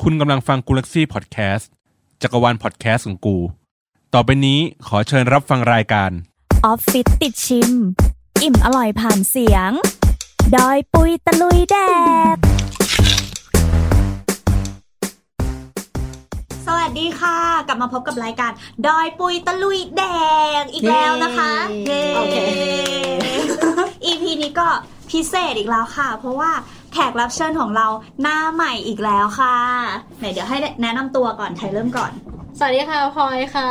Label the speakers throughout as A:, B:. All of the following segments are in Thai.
A: คุณกำลังฟังกูลักซี่พอดแคสต์จักรวาลพอดแคสต์ของกู ต่อไปนี้ขอเชิญรับฟังรายการ
B: ออฟฟิศติดชิม อิ่มอร่อยผ่านเสียง ดอยปุยตะลุยแดด
C: สวัสดีค่ะ กลับมาพบกับรายการ ดอยปุยตะลุยแดงอีกแล้วนะคะ
D: เย้
C: โอ เค
D: โอเค
C: EP นี้ก็พิเศษอีกแล้วค่ะ เพราะว่าแขกรับเชิญของเราหน้าใหม่อีกแล้วค่ะไหนเดี๋ยวให้แนะนำตัวก่อนใครเริ่มก่อน
D: สวัสดีค่ะพลอยค่ะ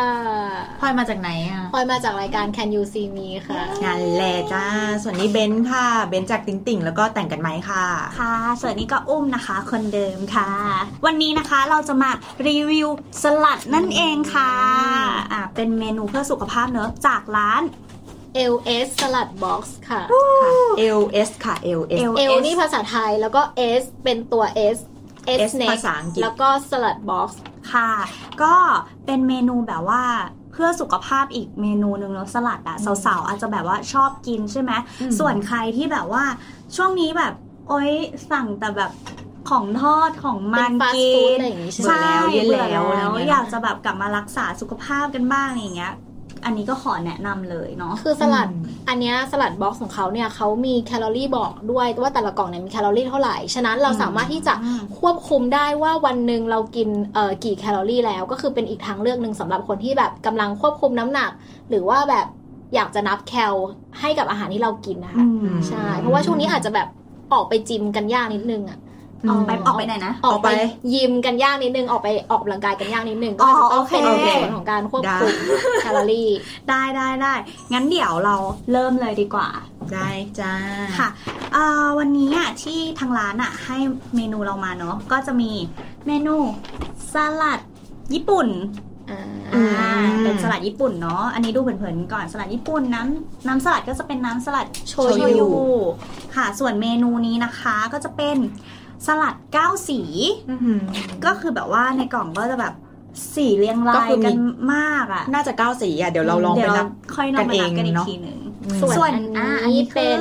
C: พลอยมาจากไหนอ่ะ
D: พลอยมาจากรายการ Can You See Me ค่ะ
E: งานแหละจ้า ส่วนนี้เบนซ์ค่ะ เบนซ์จากติ่งติ่งแล้วก็แต่งกันไหมค่ะ
C: ค่ะ ส่วนนี้ก็อุ้มนะคะ คนเดิมค่ะ วันนี้นะคะเราจะมารีวิวสลัดนั่นเองค่ะอ่าเป็นเมนูเพื่อสุขภาพเนอะจากร้าน
D: LS สลัดบ็อกซ์ค่ะ
E: LS ค่ะ LS
C: L
D: L นี่ภาษาไทยแล้วก็ S เป็นตัว S
E: S ภาษาอังกฤษ
D: แล้วก็สลัดบ็อกซ์
C: ค่ะ ก็เป็นเมนูแบบว่าเพื่อสุขภาพอีกเมนูหนึ่งเนาะสลัดอะสาวๆอาจจะแบบว่าชอบกินใช่ไหมส่วนใครที่แบบว่าช่วงนี้แบบโอ๊ยสั่งแต่แบบของทอดของ
D: เป็
C: มัน น
D: ฟาสต์
C: กิ
D: ฟู้ด
C: น
D: อะไรอย่างงี้ใช่ไหม
C: ใช่
E: เลี่ยนแล้ว
C: เบื่อแล้ว
E: เลี่ยนแล้วอะไรเงี้ย
C: อยากจะแบบกลับมารักษาสุขภาพกันบ้างอะไรอย่างเงี้ย อันนี้ก็ขอแนะนำเลยเนาะ
D: คือสลัด อันเนี้ยสลัดบ็อกซ์ของเขาเนี่ยเขามีแคลอรี่บอกด้วยว่าแต่ละกล่องเนี่ยมีแคลอรี่เท่าไหร่ ฉะนั้นเราสามารถที่จะ
C: อืม
D: ควบคุมได้ว่าวันหนึ่งเรากินเอ่อกี่แคลอรี่แล้ว ก็คือเป็นอีกทางเลือกหนึ่งสำหรับคนที่แบบกำลังควบคุมน้ำหนัก หรือว่าแบบอยากจะนับแคลให้กับอาหารที่เรากินนะคะ
C: อืม
D: ใช่ เพราะว่าช่วงนี้อาจจะแบบออกไปจิมกันยากนิดนึงอ่ะ
C: ออกไป
D: ม
C: ออกไปไหนนะ
D: ออกไป
E: ออกไป
D: ยิมกันยากนิดนึง ออกไปออกกำลังกายกันยากนิดนึง
C: อ๋
D: ก็
C: อ
D: อาจจะต้อง
C: โอเค
D: เป็นในส่วนของการควบ
E: ได้
D: คุมแคลอรี่
C: ได้ได้ได้งั้นเดี๋ยวเราเริ่มเลยดีกว่า
E: ได้จ้า
C: ค่ะเอ่อวันนี้อ่ะที่ทางร้านอ่ะให้เมนูเรามาเนาะก็จะมีเมนูสลัดญี่ปุ่น
D: อ่า
C: อ่าม เป็นสลัดญี่ปุ่นเนาะอันนี้ดูเผินๆก่อนสลัดญี่ปุ่นน้ำน้ำสลัดก็จะเป็นน้ำสลัด
D: โช
C: โช
D: ยุ
C: ยุค่ะ ส่วนเมนูนี้นะคะก็จะเป็นสลัดเก้าสี
E: อื้อหือ
C: ก็คือแบบว่าในกล่องก็จะแบบสีเรียง
E: ก็
C: ราย
E: คือมี
C: กันมากอ่ะ
E: น่าจะเก้าสีอ่ะ เดี๋ยวเราลองไป
C: เดี๋ยว
E: นับ
C: ค่อยลองไปนับ
E: กั
C: กัน
E: น
C: อีก
E: เองเนาะ
C: ทีหนึ่ง
E: อืม
D: ส่วน
C: ส่วนอ่าอั
D: อั
C: น
D: น
C: นี้
D: นี้
C: คือ
D: เป็น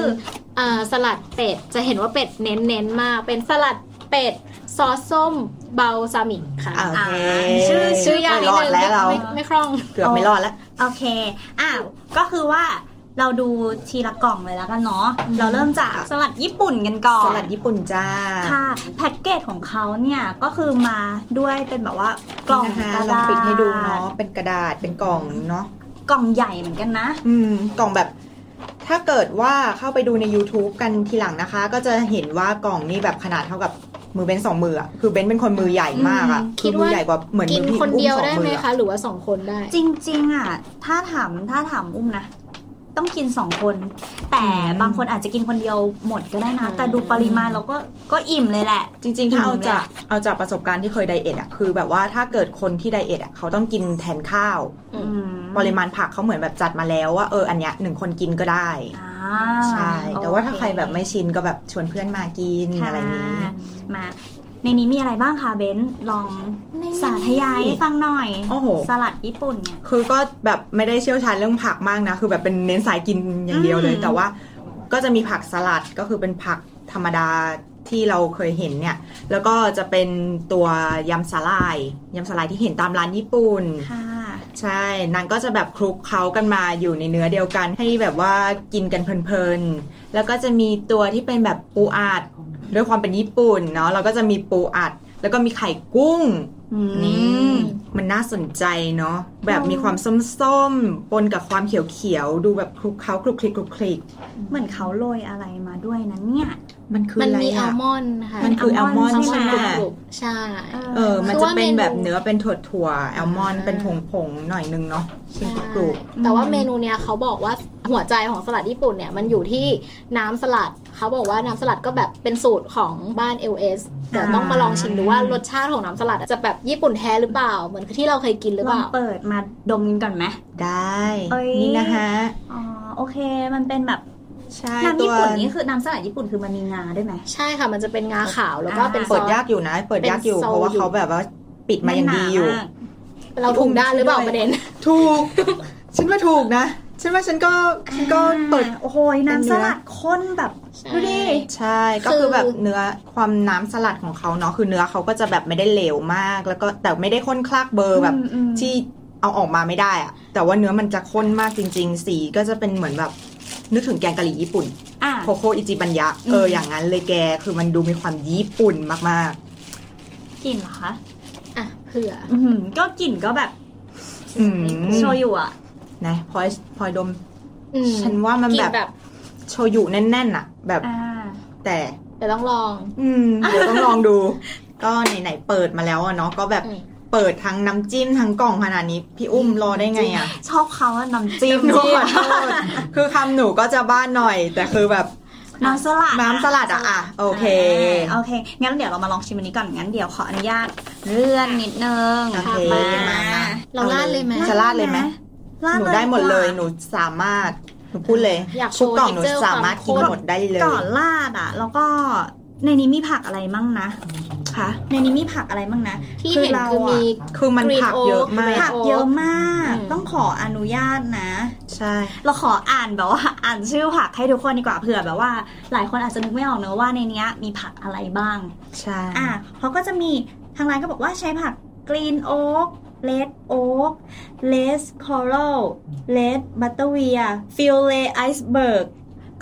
D: เอ่อสลัดเป็ด จะเห็นว่าเป็ดเน้นเน้นๆมาก เป็นสลัดเป็ด ซอสส้มเบาซามิค่ะ
E: อ่า โเค
C: ชื่อชื่
D: ชื่
C: อ
D: อยากนิ
C: ยา
D: ด
C: ก
E: ไม่รอด
D: นึง
E: แล้วเรา
D: ไม่ไม่คล่อง
E: เกือบไม่รอดแล้ว
C: โอเค อ้าว ก็คือว่าเราดูทีละกล่องเลยแล้วกันเนาะ
D: อืม
C: เราเริ่มจากสลัดญี่ปุ่นกันก่อน
E: สลัดญี่ปุ่นจ้า
C: ค่ะ แพ็กเกจของเขาเนี่ยก็คือมาด้วยเป็นแบบว่ากล่อง
E: นะ
C: ก
E: คะ
C: ระ
E: ลอง
C: ดาษ
E: ปิดให้ดูเนาะ เป็นกระดาษ เป็นกล่องเนาะ
C: กล่องใหญ่เหมือนกันนะ
E: อืม กล่องแบบ ถ้าเกิดว่าเข้าไปดูใน YouTube กันทีหลังนะคะ ก็จะเห็นว่ากล่องนี่แบบขนาดเท่ากับมือเบนซ์สองมืออะคือเบนซ์เป็นคนมือใหญ่มากอะ
C: อืม
E: อมือใหญ่กว่าเหมือน
D: กิน
E: มือพี่
D: คนเดียว
E: อุ้
D: ได้
E: สอง
D: ไหม
E: อ
D: คะ หรือว่าสองคนได้
C: จริง ๆ อ่ะ ถ้าถามถ้าถามอุ้มนะ ต้องกินสองคน แต่
E: อืม
C: บางคนอาจจะกินคนเดียวหมดก็ได้นะ
D: อืม
C: แต่ดูปริมาณเราก็ก็อิ่มเลยแหละ
E: จริงๆ ถ้าเอา
C: อิ่มเลย
E: จาก
C: อะ
E: เอาจากประสบการณ์ที่เคยไดเอทอะคือแบบว่าถ้าเกิดคนที่ไดเอทอะเขาต้องกินแทนข้าว
D: อืม
C: อืม
E: ปริมาณผักเขาเหมือนแบบจัดมาแล้วว่าเอออันเนี้ยหนึ่งคนกินก็ได้
C: อ่า
E: ใช่ แต่ว่าถ้าใครแบบไม่
C: โอเ
E: ชินก็แบบชวนเพื่อนมากิน
C: ค่ะ
E: อะไรนี้
C: มา ในนี้มีอะไรบ้างคะเบนซ์ลองสาธยายให้ฟังหน่อย
E: โอ้โห
C: สลัดญี่ปุ่นเนี่ย
E: คือก็แบบไม่ได้เชี่ยวชาญเรื่องผักมากนะ คือแบบเป็นเน้นสายกินอย่างเดียวเลย
C: อืม
E: แต่ว่าก็จะมีผักสลัดก็คือเป็นผักธรรมดาที่เราเคยเห็นเนี่ย แล้วก็จะเป็นตัวยำสลายยำสลายที่เห็นตามร้านญี่ปุ่น
C: ค่ะ
E: ใช่นางก็จะแบบคลุกเคล้ากันมาอยู่ในเนื้อเดียวกัน ให้แบบว่ากินกันเพลินๆ แล้วก็จะมีตัวที่เป็นแบบปูอัดด้วยความเป็นญี่ปุ่นเนาะเราก็จะมีปูอัด แล้วก็มีไข่กุ้ง
C: อืม
E: มันน่าสนใจเนาะแบบมีความส้มๆปนกับความเขียวๆ ดูแบบคลุกเคล้าคลุกคลิกคลุกคลิก
C: เหมือนเขาโรยอะไรมาด้วยนะเนี่ย
E: มันคือ
D: มัน
E: อะไร
D: มีอั
E: อะ
D: ลมอนด์ค่ะ
E: มันคืออัลมอนด์
D: อัลม
E: ใช่
D: อนด์
E: ไหม
D: กรุบๆใช่
E: เออ มันจะ
D: คือว่า
E: เป็น
D: เมนู
E: แบบเนื้อเป็นถั่วๆแอลมอนด์
D: อ่า
E: เป็นผงๆหน่อยนึงเนาะชิ้นกรุบ
D: แต่ว่าเมนูเนี่ยเขาบอกว่าหัวใจของสลัดญี่ปุ่นเนี่ยมันอยู่ที่น้ำสลัด เขาบอกว่าน้ำสลัดก็แบบเป็นสูตรของบ้าน LS เดี๋ยวต้องมาลองชิมดูว่ารสชาติของน้ำสลัด จะแบบญี่ปุ่นแท้หรือเปล่า เหมือนที่เราเคยกินหรือ
C: ล
D: เป
C: อง
D: ล่า
C: เปิดมาดมกันก่อนไหม
E: ๆ ได้
C: เอ้ย
E: นี่นะคะ
C: อ๋อโอเค มันเป็นแบบ
E: ใช่
C: น้ำญี่ปุ่น
E: ตัว
C: นี่คือน้ำสลัดญี่ปุ่นคือมันมีงาด้วยไหม
D: ใช่ค่ะมันจะเป็นงาขาวแล้วก็เป็นซ
E: เปิ
D: อ
E: ด
D: ส
E: ยากอยู่นะ เปิดยากอยู่
D: เป็นโซล
E: เพราะว่าเขาแบบว่าปิดมาอย่างดีอยู่
C: มันหนามาก
D: เราถูกด้านหรือเปล่าประเด็น
E: ถูก ฉันว่าถูกนะ ใช่ไหมฉันก็ฉันก็เปิด
C: โอ้โหน้ำสลัดข้นแบบ
D: ใช่
C: ดูดิ
E: ใช่ก็
D: คื
E: คือ
D: อ
E: แบบเนื้อความน้ำสลัดของเขาเนาะคือเนื้อเขาก็จะแบบไม่ได้เหลวมาก แล้วก็แต่ไม่ได้ข้นคลักเบอร์แบบ
C: อืมอืม
E: ที่เอาออกมาไม่ได้อะแต่ว่าเนื้อมันจะข้นมากจริง ๆ สีก็จะเป็นเหมือนแบบนึกถึงแกงกะหรี่ญี่ปุ่น
C: อ่ะ
E: โคโคอิจิบันยะเออ
C: ม
E: อย่างนั้นเลยแกคือมันดูมีความญี่ปุ่นมาก
C: กลิ่นเหรอคะ
D: อ่ะเผื่อ
C: อื้อหือก็กลิ่นก็แบบ
E: ๆอืม
C: โชยุอ่ะ
E: นะพลอยพลอยดม
D: อืม
E: ฉันว่ามัน
D: กิ
E: แบบ
D: แบบ
E: โชยุแน่นๆอะแบบ
C: อ่า
E: แต่
D: แต่ต้องลอง
E: อืมเดี๋ยวต้องลองดู ก็ไหนๆเปิดมาแล้วอะเนาะก็แบบ
D: อืม
E: เปิดทั้งน้ำจิ้มทั้งกล่องขนาดนี้พี่อุ้มรอได้ไงอะ
C: ชอบเขาอะน้ำจิ้ม
E: หนูขอโทษคือคำหนูก็จะบ้านหน่อย แต่คือแบบ
C: น้ำสลัด
E: น้ำสลัดอะอะโอเค
C: อ่าโอเค งั้นเดี๋ยวเรามาลองชิมอันนี้ก่อน งั้นเดี๋ยวขออนุญาตเลื่อนนิดนึง
E: โอเค
C: มา
E: มามา
D: เราลาดเลยไหม
E: จะลาดเลยไหม
C: ลาด
E: หนู
C: เลย
E: ได้หมดเลยหนูสามารถหนูพูดเลย
D: อยากโช
E: ทุ
D: ว์
E: กกล่องหนู
D: texture
E: สามารถกิน
D: ความข้น
E: หมดได้เลย
C: ก่อนลาดอ่ะ แล้วก็ในนี้มีผักอะไรมั่งนะ คะ ในนี้มีผักอะไรมั่งนะ
D: ที่เห็น
C: รา
D: คือมี
C: ะ
E: คือมัน
D: green
E: ผักเยอะ
D: oak
E: มาก
D: red
C: ผักเยอะมาก
D: อืม
C: ต้องขออนุญาตนะ
E: ใช่
C: เราขออ่านแบบว่า อ่านชื่อผักให้ทุกคนดีกว่าเผื่อแบบว่า หลายคนอาจจะนึกไม่ออกเนอะว่าในเนี้ยมีผักอะไรบ้าง
E: ใช่
C: อ่ะเขาก็จะมีทางร้านก็บอกว่าใช้ผักกรีนโอ๊กเลดโอ๊กเลสคอรัลเลดบัตเตอร์เวียฟิลเลไอซ์เบิร์ก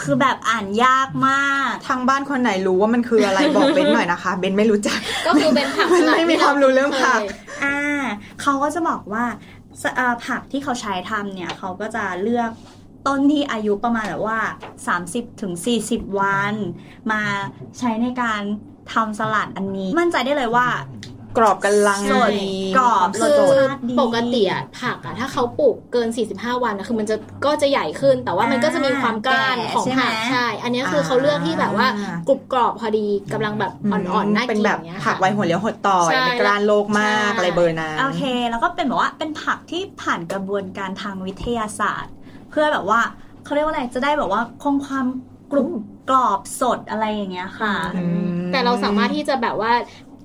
C: คือแบบอ่านยากมาก
E: ทางบ้านคนไหนรู้ว่ามันคืออะไรบอกเบนหน่อยนะคะเบนไม่รู้จัก
D: ก็คือเป็นผักสลัด
E: ไม่มี
D: ที่
E: ความรู้เรื่องผัก
D: เคย
C: อ่าเขาก็จะบอกว่าสเอ่อผักที่เขาใช้ทำเนี่ยเขาก็จะเลือกต้นที่อายุประมาณแบบว่า 30-40ถึง40 วัน มาใช้ในการทำสลัดอันนี้ มั่นใจได้เลยว่า
E: กรอบกันลัง
C: สด
E: ดี
C: กรอบ
E: มี
C: ร
E: ควา
D: คื
E: ม
C: ส
E: สด
D: อ
C: ชาติดี
D: ปกติอะผักอะถ้าเขาปลูกเกิน 45 วันอะคือมันจะก็จะใหญ่ขึ้น แต่ว่ามันก็จะมีความก้าน
C: แก่
D: ของ
C: ใช่ไหม
D: ผักใช่ อันเนี้ยคือเขาเลือกที่แบบว่ากรุบกรอบพอดีกำลังแบบอ่อนๆน่า
E: เป็น
D: กิน
E: แบบ
D: อย่างเงี้ย
E: ผั
D: ค่ะ
E: กไวหัวเลี้ยวหดต่อย
D: ใช่
E: ในกลานโลกมาก
D: ใช่
E: อะไรเบอร์นั้น
C: โอเค แล้วก็เป็นแบบว่าเป็นผักที่ผ่านกระบวนการทางวิทยาศาสตร์ เพื่อแบบว่าเขาเรียกว่าอะไรจะได้แบบว่าคงความกรุบกรอบสดอะไรอย่างเงี้ยค่ะ
E: อืม
D: แต่เราสามารถที่จะแบบว่า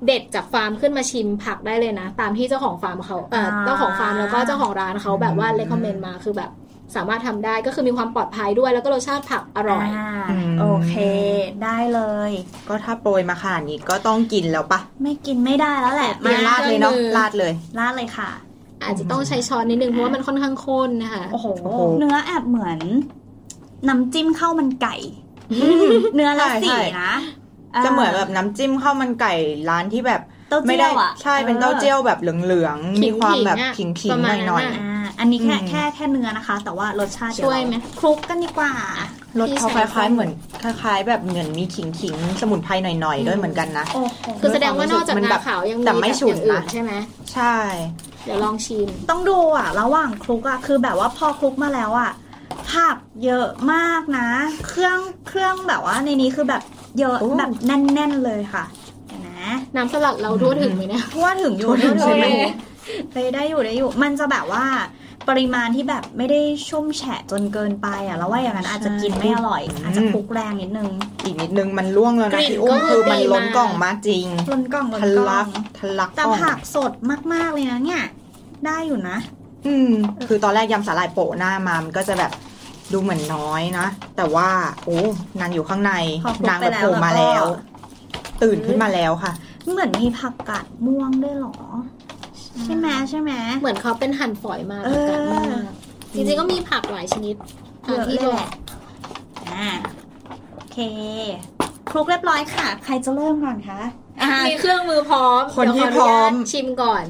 D: เด็ดจากฟาร์มขึ้นมาชิมผักได้เลยนะ ตามที่เจ้าของฟาร์มเขาเอ่อ
C: อ่า
D: เจ้าของฟาร์มแล้วก็เจ้าของร้านเขาแบบว่า recommend มาคือแบบสามารถทำได้ก็คือมีความปลอดภัยด้วยแล้วก็รสชาติผักอร่อย
C: อ่าโอเค ได้เลย
E: ก็ถ้าโปรยมาขนาดนี้ก็ต้องกินแล้วปะ
C: ไม่กินไม่ได้แล้วแหละ
E: เปลี่ยน
C: มา
E: ราดเลยเนาะ
D: ด้วยมือ
E: ราดเลย
C: ลาดเลยค่ะ
D: อาจจะต้องใช้ช้อนนิดนึงเพราะว่ามันค่อนข้างข้นนะคะ
C: โอ้โห
E: โอ้โห
C: เนื้อแอบเหมือนน้ำจิ้มข้าวมันไก่ เนื้อละ
E: ใช่
C: สี
E: ใช่
C: นะ
E: จะเหมือนแบบน้ำจิ้มข้าวมันไก่ร้านที่แบบ
C: เต้า
E: ไม่
C: เจี้
E: ได้
C: ยวอ่ะ
E: ใช่เป็นเต้าเจี้ยวแบบเหลืองๆมีความแบบ
D: ขิ
E: ขิ
D: ง
E: ง
D: ๆ
E: ขิงห
D: อะประมา
E: น่
D: ณ
E: อยหน่อย
D: นั้นอะ
C: อ่าอันนี้แค่
E: อืม
C: แค่แค่เนื้อนะคะ แต่ว่ารสชาติเดี๋
D: ช่วยไหม
C: เราคลุกกันดีกว่า
E: ๆรสเขาคล้ายๆเหมือนคล้าย ๆ แบบเหมือนมีขิงขิงๆสมุนไพรหน่อยๆด้วยเหมือนกันนะ
C: โอ้โห
D: คือแสดงว่านอกจาก
E: มัน
D: งา
E: แบบ
D: ขาวยังมี
E: แต่ไม่
D: แบบ
E: ฉุน
D: อย่างอื่น
E: นะ
D: ใช่ไหม
E: ใช่
D: เดี๋ยวลองชิม
C: ต้องดูอ่ะ ระหว่างคลุกอ่ะ คือแบบว่าพอคลุกมาแล้วอ่ะผักเยอะมากนะ เครื่องเครื่องแบบว่าในนี้คือแบบเยอะ
E: โอ้
C: แบบแน่น ๆ เลยค่ะเดี๋ยวนะ
D: น้ำสลัดเราทั่วถึงไหมเนี่ย
C: ทั่วถึงอยู่
E: ทั่วถึงใช่ไหม
C: ทั่วถึงได้ได้อยู่ได้อยู่ มันจะแบบว่าปริมาณที่แบบไม่ได้ชุ่มแฉะจนเกินไปอ่ะ แล้วว่าอย่างนั้นอาจจะกินไม่อร่อย อาจจะคลุกแรงนิดนึง
E: อีกนิดนึงมันล่วงแล้ว
D: ก
E: นะ
D: ลิ่น
E: พี่อุ้ม
D: ก็
E: คือมัน
D: ดี
E: ล้น
D: มาก
E: กล่องมากจริง
C: ล้นกล่องล้น
E: ทะ
C: กล่
E: ลั
C: อก ง
E: ทะลัก
C: แต่
E: กล่อง
C: ผักสดมากๆเลยนะเนี่ย ได้อยู่นะ
E: อืม คือตอนแรกยำสาหร่ายโปะหน้ามามันก็จะแบบดูเหมือนน้อยนะ แต่ว่า โอ้นางอยู่ข้างใน
C: พอคลุก
E: นางแบ
C: ไป
E: บ
C: แล้ว
E: โผล่มาแล้ว
C: แล้วก็
E: ตื่นขึ้นมาแล้วค่ะ
C: เหมือนมีผักกาดม่วงด้วยเหรอ ใช่ไหมใช่ไหม
D: เหมือนเขาเป็นหั่นฝอยมา
C: เออ
D: ประกันมากจริงๆก็มีผักหลายชนิด
C: เยอะเล
D: ที่
C: ยแหละอ่าโอเคคลุกเรียบร้อยค่ะ ใครจะเริ่มก่อนคะอ่า
D: มีเครื่องมือพร้อม
E: คนที่
D: เดี๋ยวข
E: พร้อม
D: นุญาตชิมก่อน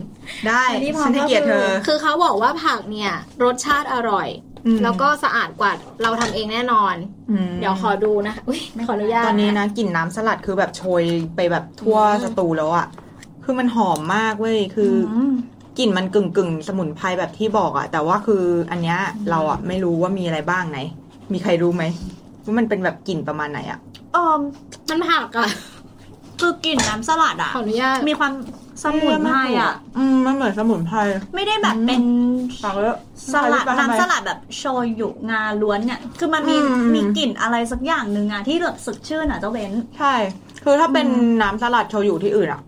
E: ได้
C: อันนี้พร้อม
E: ฉันให้เกียรติเธอ
C: ก็
D: คือเขาบอกว่าผักเนี่ยรสชาติอร่อย
E: ม
D: แล้วก็สะอาดกว่าเราทำเองแน่นอน
E: อืม
D: เดี๋ยวขอดูนะอุ้ยขออนุญาต
E: ตอนนี้นะกลิ่นน้ำสลัดคือแบบโชยไปแบบทั่วสตูแล้วอะคือมันหอมมากเว้ยคืออ
C: ม
E: กลิ่นมันกึ่งกึ่งๆ สมุนไพรแบบที่บอกอะแต่ว่าคืออันเนี้ยเราอะไม่รู้ว่ามีอะไรบ้างไหน มีใครรู้ไหมว่ามันเป็นแบบกลิ่นประมาณไหนอะ
C: เออ
D: มันผักอะ
C: คือกลิ่นน้ำสลัดอ่ะ
D: ขออนุญาต
C: มีความสมุนไพรอ่ะ
E: อืมมันเหมือนสมุนไพร
C: ไม่ได้แบบเป็น
E: ฟังแล้ว
C: สลัดน้ำสลัดแบบโชยุงาล้วนเนี่ย คือมันมี
E: อืม
C: มีกลิ่นอะไรสักอย่างหนึ่งอะที่แบบสดชื่นอ่ะเจ้าเบน
E: ใช่ คือถ้าเป็นน้ำสลัดโชยุที่อื่นอะ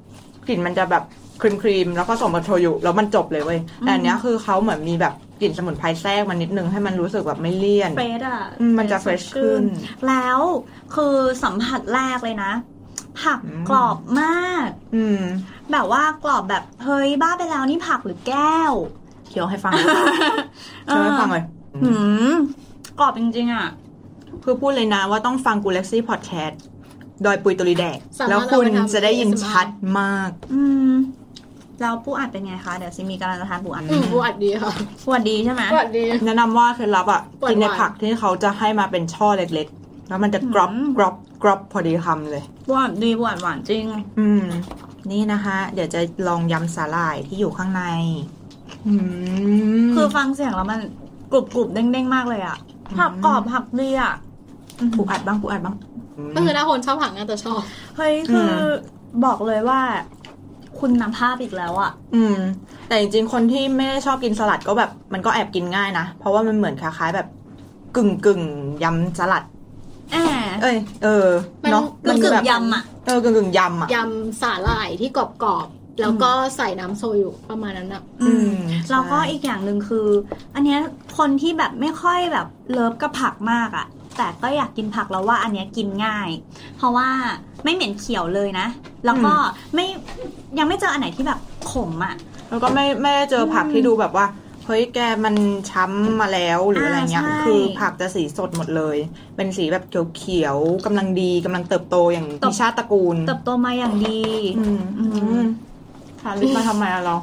E: กลิ่นมันจะแบบครีมๆ แล้วผสมกับโชยุแล้วมันจบเลยเว้ย แต่อันเนี้ยคือเขาเหมือนมีแบบ กลิ่นสมุนไพรแทรกมานิดนึงให้มันรู้สึกแบบไม่เลี่ยน
C: เฟรชอ่ะ
E: อืมมันจะ fresh ขึ้น
C: แล้วคือสัมผัสแรกเลยนะ ผัก
E: อืม
C: กรอบมาก
E: อืม
C: แบบว่ากรอบแบบเฮ้ยบ้าไปแล้วนี่ผักหรือแก้ว
E: เคี้ยวให้ฟังเลยเคี้ยวให้ฟังเลย
C: หืมกรอบจริงๆอ่ะ
E: คือพูดเลยนะว่าต้องฟังกูเล็กซี่พอดแคสต์ดอยปุยตุลีแดก
D: สามารถ
E: แล้วคุณ
D: เอาไปทำ
E: จะได้ยิน
D: ASMR
E: ชัดมาก
C: อืมแล้วปูอัดเป็นไงคะ เดี๋ยวซิมีกำลังจะทานปูอัด
D: อืมปวดดีค่ะ
C: ปูอัดดีใช่ไหม
D: ปวดดี
E: แนะนำว่าเคล็ดลับอ่ะ
D: ปวด
E: กินใน
D: หวาน
E: ผักที่เขาจะให้มาเป็นช่อเล็กๆ แล้วมันจะกรอบกรอบกรอบพอดีคำเลย
C: ปูอัดดีปูอัดหวานจริง
E: อืม นี่นะคะ เดี๋ยวจะลองยำสาหร่ายที่อยู่ข้างใน อืม
C: คือฟังเสียงแล้วมันกรุบกรุบๆเด้งๆมากเลยอ่ะผักกรอบผักดีอ่ะ
E: ปูอัดบ้างปูอัดบ้าง
D: ก็คือถ้าคนชอบผักน่าจะชอบ
C: เฮ้ยคืออ
E: ม
C: บอกเลยว่า คุณนำภาพอีกแล้วอ่ะ
E: อืม แต่จริงๆ คนที่ไม่ได้ชอบกินสลัดก็แบบ มันก็แอบกินง่ายนะ เพราะว่ามันเหมือนคล้ายๆแบบกึ่งกึ่งๆยำสลัด
C: แอม
E: เอ้ย เออ
D: มัน
E: เนาะ
C: มัน
E: คื
C: เกื
E: อ
C: อ
E: แบบ
C: ยำอ่ะ
E: เออกึ่งกึ่งๆยำอ่ะ
D: ยำสาหร่ายที่กรอบๆ แล้วก็ใส่น้ำโซยุประมาณนั้นอะ
E: อืม
C: แล้วก็
E: ใช่
C: อีกอย่างหนึ่งคือ อันเนี้ยคนที่แบบไม่ค่อยแบบเลิฟกับผักมากอะ่ะ แต่ก็อยากกินผักแล้วว่าอันเนี้ยกินง่าย เพราะว่าไม่เหม็นเขียวเลยนะ แล้วก็ไม่ยังไม่เจออันไหนที่แบบขมอะ่ะ
E: แล้วก็ไม่ไม่ได้เจอผักที่ดูแบบว่า เฮ้ยแกมันช้ำมาแล้วหรืออะไรเงี้ย
C: อ่าใช่
E: คือผักจะสีสดหมดเลย เป็นสีแบบเขียวๆกำลังดีกำลังเติบโตอย่างมีชาติตระกูล
C: เติบโตมาอย่างดี
E: อืม
C: อืม
E: อืมทานลิปมาทำไมอะเรา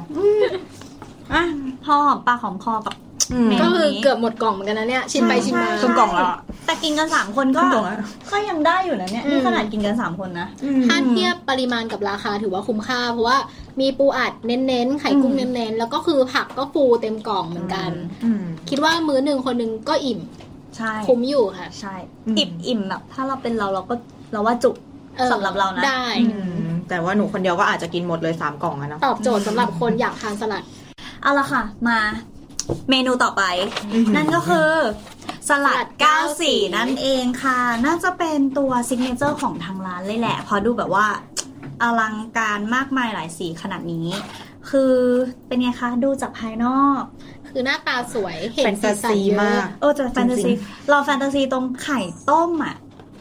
C: อ่ะพอหอมปากหอมคอกับ
E: อืม
C: แม่
D: ก็คือเกือบหมดกล่องเหมือนกันนะเนี่ยชิมไปชิมมา
C: ใช่
E: ครึ่งกล่องแล้วอะ
C: แต่กินกันสามคนก็
E: ครึ่งกล่องแล้ว
C: ก็ยังได้อยู่นะเนี่ย
D: อืม
C: นี่ขนาดกินกันสามคนนะ
D: ถ้าเทียบปริมาณกับราคาถือว่าคุ้มค่า เพราะว่ามีปูอัดเน้นๆ ไข่กุ้ง
C: อืม
D: เน้นๆ แล้วก็คือผักก็ฟูเต็มกล่องเหมือนกัน
E: อืม
D: คิดว่ามื้อหนึ่งคนหนึ่งก็อิ่ม
C: ใช่
D: คุ้มอยู่ค่ะ
C: ใช่
E: อืม
C: อิ่มอิ่มๆแบบถ้าเราเป็นเราเราก็เราว่าจุก
D: ออ
C: สำหรับเรานะ
D: ได้
E: อืมแต่ว่าหนูคนเดียวก็อาจจะกินหมดเลยสามกล่องอะเนาะ
D: ตอบโจทย์สำหรับคนอยากทานสลัด
C: เอาละค่ะ มาเมนูต่อไป นั่นก็คือ สลัด
D: สลัด
C: 9 สี
D: 94
C: นั่นเองค่ะ น่าจะเป็นตัวซิกเนเจอร์ของทางร้านเลยแหละเพราะดูแบบว่า อลังการมากมายหลายสีขนาดนี้ คือเป็นไงคะ ดูจากภายนอก
D: คือหน้าตาสวยเห็
E: แฟ
D: น
E: น
D: สี
E: ตา
D: สัน
E: ซี
D: เย
E: มาก
D: อะ
C: เออจะแฟนตา
E: จริ
C: ซี
E: ง
C: เราแฟนตาซีตรงไข่ต้มอ่ะ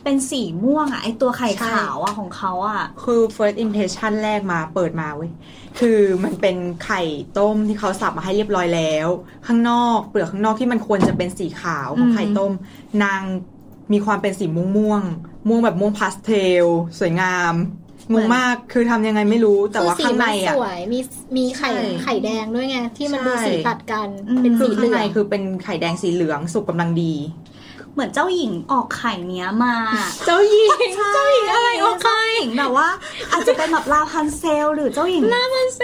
C: เป็นสีม่วงอ่ะ ไอตัวไข่ขาวอ่ะของเขาอ่ะ
E: คือ first impression แรกมาเปิดมาเว้ย คือมันเป็นไข่ต้มที่เขาสับมาให้เรียบร้อยแล้ว ข้างนอกเปลือกข้างนอกที่มันควรจะเป็นสีขาวของ
C: อืม
E: ไข่ต้ม นางมีความเป็นสีม่วงม่วงๆม่วงแบบม่วงพาสเทล สวยงามงงมากคือทำยังไงไม่รู้แต่ว่า
D: คือสี
E: ข้างใน
D: มันส
E: อ่ะ
D: วยมีมีไข่
E: ใช่
D: ไข่แดงด้วยไงที่มันดู
E: ใช่
D: สีตัดกัน
C: อืม
D: เป็น
E: คื
D: สี
E: อ
D: เห
E: ข้า
D: ลื
E: ง
D: อ
E: ใน
D: ง
E: คือเป็นไข่แดงสีเหลืองสุกกำลังดี
C: เหมือนเจ้าหญิงออกไข่เนี้ยมา
E: เจ้าหญิง
C: ใช่อะไรโอเคแบบว่า อาจจะเป็นแบบลาพันเซล หรือเจ้าหญิง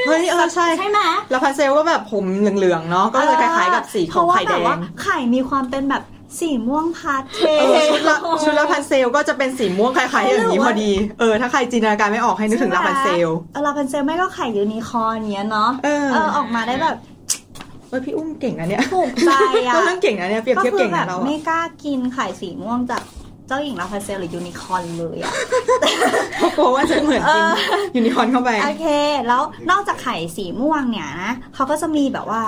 E: เฮ้ยเออใช่
C: ใช่ไหม
E: แล้วพันเซลก็แบบผมเหลืองๆเนาะก็เลยคล้ายๆกับสี
C: เพ
E: ของ
C: ราะว่า
E: ไข่
C: แบ
E: แด
C: บว่าง ไข่มีความเป็นแบบสีม่วงพาสเท
E: เอ
C: ล
E: อชุดละชุดละพันเซลก็จะเป็นสีม่วงคล้ายๆอย่างนี้พอดี เออ ถ้าใครจินตนาการไม่ออกให้นึกถึง
C: ใช่
E: ลา
C: ไหม
E: พันเซล
C: เออลาพันเซลไม่ก็ไข่ยูนิคอร์นเนี้ยเนาะ
E: เออ
C: เออออกมาได้แบบ
E: เอ้ยพี่อุ้มเก่งนะเนี่ย
C: ถูกใจอ่ะ
E: ก็เรื่องเก่งนะ เนี่ยเปรียบ
C: ก็
E: เทียบ
C: คื
E: เก่
C: อง แบ
E: นะ
C: บ
E: เรา
C: ไม่
E: อะ
C: กล้ากินไข่สีม่วงจากเจ้าหญิงลาพันเซลหรือยูนิคอร์นเลยอ่ะ
E: เพราะกลัวว่าจะเหมือนจริง
C: เอ
E: ยูนิคอร์นเข้าไป
C: โอเค แล้วนอกจากไข่สีม่วงเนี่ยนะเขาก็จะมีแบบว่า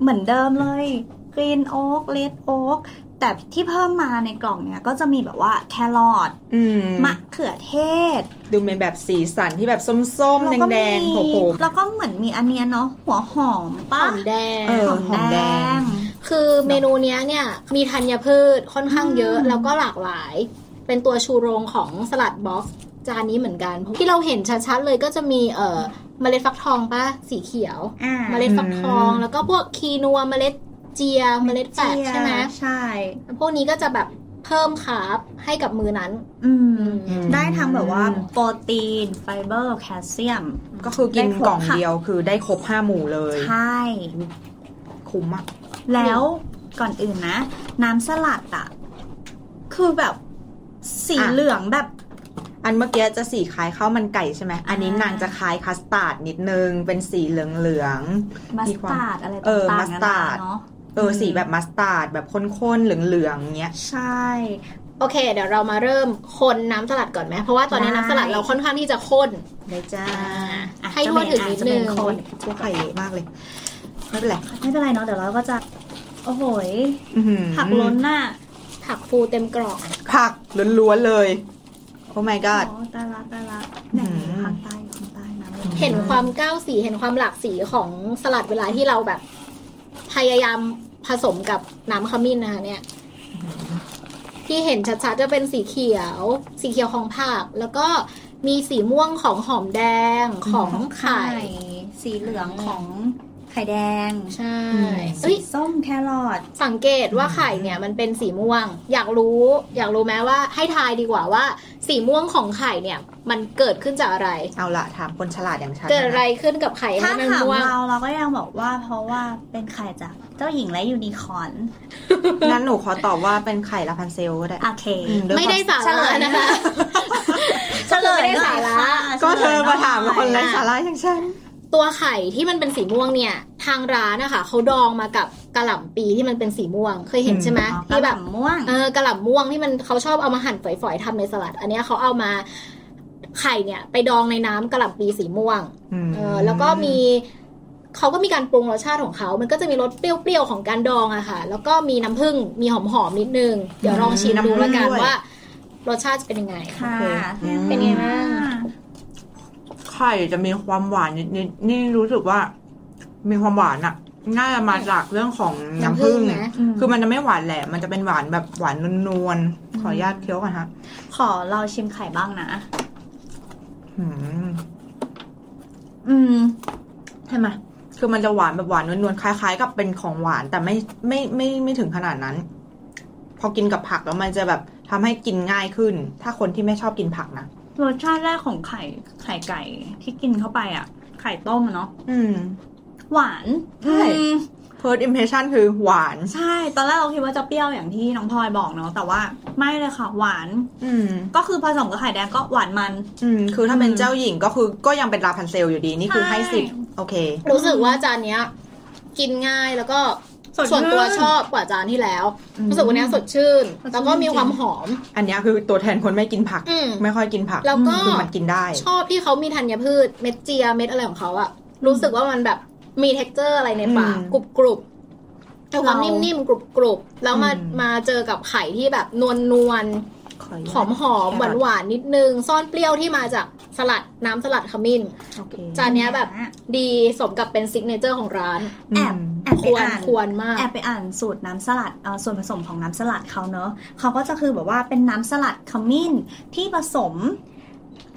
C: เหมือนเดิมเลยกรีนโอ๊กเลดโอ๊กแต่ที่เพิ่มมาในกล่องเนี่ยก็จะมีแบบว่าแครอท
E: อืม
C: มะเขือเทศ
E: ดูเป็นแบบสีสันที่แบบส้ม
C: แล้วก็
E: ๆ แดง
C: มี
E: ๆโผล่ๆ
C: แล้วก็เหมือนมีอันเนี้ยเนาะหัวหอม
D: ห
C: ปะ
D: อมแดง
E: เออ
C: หอมแดง
D: คือเมนูเนี้ยเนี่ยมีธัญพืชค่อนข้างเยอะ
C: อืม
D: แล้วก็หลากหลาย เป็นตัวชูโรงของสลัดบ็อกซ์จานนี้เหมือนกัน ที่เราเห็นชัดๆเลยก็จะมีเอ่อเมล็ดฟักทองปะสีเขียว
C: อ่า
D: เมล็ดฟักทอง
E: อืม
D: แล้วก็พวกคีนัวเมล็ดเจียเมล็ดแฟดใช่ไหม
C: ใช่
D: พวกนี้ก็จะแบบเพิ่มคาร์บให้กับมือนั้น
C: อืม
E: อืม
C: ได้ทั้งแบบว่าโปรตีน ไฟเบอร์แคลเซียม
E: ก็คือกิน
C: ได้ครบ
E: กล่อง
C: ค่ะ
E: เดียวคือได้ครบห้าหมู่เลย
C: ใช่
E: คุ้มอะ
C: แล้วก่อนอื่นนะ น้ำสลัดอะคือแบบสีเหลืองแบบ
E: อันเมื่อกี้จะสีคล้ายข้าวมันไก่ใช่ไหมอันนี้
C: อ่าน
E: นางจะคล้ายคัสตาร์ดนิดนึงเป็นสีเหลืองๆ
C: มั
E: มี
C: ส
E: ความ
C: ตาร์ดอะไร
E: เออ
C: ต่างๆ
E: มัส
C: นา
E: ตา
C: นา
E: ร์ด
C: เนาะ
E: เออสีแบบมัสตาร์ดแบบข้นๆเหลืองๆเงี้ย
C: ใช่
D: โอเค เดี๋ยวเรามาเริ่มคนน้ำสลัดก่อนไหมเพราะว่าตอนนี้
C: ได้
D: น้ำสลัดเราค่อนข้างที่จะข้น
E: ได้จ้า
D: อ่า
C: อ่ะ
D: ให้ทั่วถึงนิดนึง
C: จะเป็นคน
E: พวกไข่เยอะมากเลย ไม่เป็นไร
C: ไม่เป็นไรเนาะเดี๋ยวเราก็จะ โอ้โหย
E: อื้อหือ
C: ผักล้นน่ะ
D: ผักฟูเต็มกรอบ
E: ผักล้วนๆเลย โอ้ my god
C: โอ้ตายละตายละไหนภาคใต้ภาคใต้นะ
D: เห็นความก้าวสีเห็นความหลากสีของสลัดเวลาที่เราแบบ พยายามผสมกับน้ำขมิ้นนะคะเนี่ย ที่เห็นชัดๆจะเป็นสีเขียว สีเขียวของผัก แล้วก็มีสีม่วงของหอมแดงของไข่
F: สีเหลืองของไข่แดง
D: ใช่
E: อืม
D: เอ้ย
F: ส้มแครอท
D: สังเกตว่าไข่เนี่ยมันเป็นสีม่วง อยากรู้ อยากรู้ไหมว่าให้ทายดีกว่าว่า สีม่วงของไข่เนี่ย มันเกิดขึ้นจากอะไร
E: เอาละถามคนฉลาดอย่างฉัน
D: เกิดอะไรขึ้นกับไข่ให้
C: ถ้า
D: มัน
C: ถาม
D: ม่วง
C: เราเราก็ยังบอกว่าเพราะว่าเป็นไข่จากเจ้าหญิงและยูนิคอร์น
E: งั้นหนูขอตอบว่าเป็นไข่ลาพันเซลก็ได้
C: โอเค
E: อืวย
D: ไม่ได้
E: คว
D: สาระนะคะ
C: เฉลย
D: ไม่ได้
C: หน่อ
D: สาย ระ
C: ค่ะ
E: ามก็เธอมาถามคนไร้
D: อ่ะ
E: สาระอย่างฉัน
D: ตัวไข่ที่มันเป็นสีม่วงเนี่ย ทางร้านนะคะเขาดองมากับกระหล่ำปีที่มันเป็นสีม่วง เคยเห็น
E: อืม
D: ใช่ไหม
C: ที่
D: ที่
C: แบ
D: แบบ บ
C: ม่วง
D: เออกระหล่ำม่วงที่มันเขาชอบเอามาหั่นฝอยๆทำในสลัด อันเนี้ยเขาเอามาไข่เนี่ย ไปดองในน้ำกระหล่ำปีสีม่วง
E: ม
D: เออแล้วก็มีเขาก็มีการปรุงรสชาติของเขา มันก็จะมีรสเปรี้ยวๆของการดองอะค่ะ แล้วก็มีน้ำผึ้ง มีหอมๆนิดนึง เดี๋ยวลองชิมดูแล้วกันว่ารสชาติจะเป็นยังไง
E: โอ
F: ค่ะ
E: เค
D: เป็นไงบ้าง
E: ไข่จะมีความหวานนิดๆนี่รู้สึกว่า มีความหวานอะน่าจะมาจากเรื่องของน้ำผึ้ง
D: นะ
E: คือมันจะไม่หวานแหละ มันจะเป็นหวานแบบหวานนวลๆ ขออนุญาตเคี้ยวก่อนฮะ
C: ขอเราชิมไข่บ้างนะ
E: อืม
C: อืม
E: ใช่ไหมคือมันจะหวานแบบหวานนวลๆ คล้ายๆ กับเป็นของหวาน แต่ไม่ไม่ไม่ไม่ไม่ถึงขนาดนั้น พอกินกับผักแล้วมันจะแบบทำให้กินง่ายขึ้น ถ้าคนที่ไม่ชอบกินผักนะ
C: รสชาติแรกของไข่ไข่ไก่ที่กินเข้าไปอ่ะ ไข่ต้มอะเนาะ
E: อืม
C: หวาน
E: ใช่
C: อืม
E: first impression คือหวาน
C: ใช่ ตอนแรกเราคิดว่าจะเปรี้ยวอย่างที่น้องพลอยบอกเนาะแต่ว่าไม่เลยค่ะ หวาน
E: อืม
C: ก็คือผสมกับไข่แดงก็หวานมัน
E: อืม คือถ้า
C: อืม
E: เป็นเจ้าหญิงก็คือก็ยังเป็นลาพันเซลอยู่ดี นี่คือ
C: ใช่
E: ให้สิบโอเค
D: รู้สึกว่าจานเนี้ย กินง่ายแล้วก็ส่วนตัวชอบกว่าจานที่แล้ว
E: อืม
D: รู้สึกวันนี้สดชื่น แล้วก็มีความหอม
E: อันเนี้ยคือตัวแทนคนไม่กินผัก
D: อืม
E: ไม่ค่อยกินผัก
D: แล้วก็
E: คือมันกินได้
D: ชอบที่เขามีธัญพืชเม็ดเจียเม็ดอะไรของเขาอะรู้สึกว่ามันแบบมี t e x t อร์อะไรในปาก
E: อืม
D: กรุบกรุบๆแต่ความ
C: เรานิ่
D: นิ่มๆกรุบกรุบๆแล้วมา
E: อืม
D: มาเจอกับไข่ที่แบบนวลนวล
E: นุญาต
D: ๆหอมหอมหวานหวานๆนิดนึง ซ่อนเปรี้ยวที่มาจากสลัดน้ำสลัดขมิ้น
E: โอเค
D: จานเนี้ยแบบดีสมกับเป็นซิกเนเจอร์ของร้าน
E: ม
C: แอบ แอบ
D: ค
C: ไป
D: วร
C: อ่าน
D: ควรมาก
C: แอบไปอ่านสูตรน้ำสลัดเอ่อส่วนผสมของน้ำสลัดเขาเนอะเขาก็จะคือแบบว่าเป็นน้ำสลัดขมิ้นที่ผสม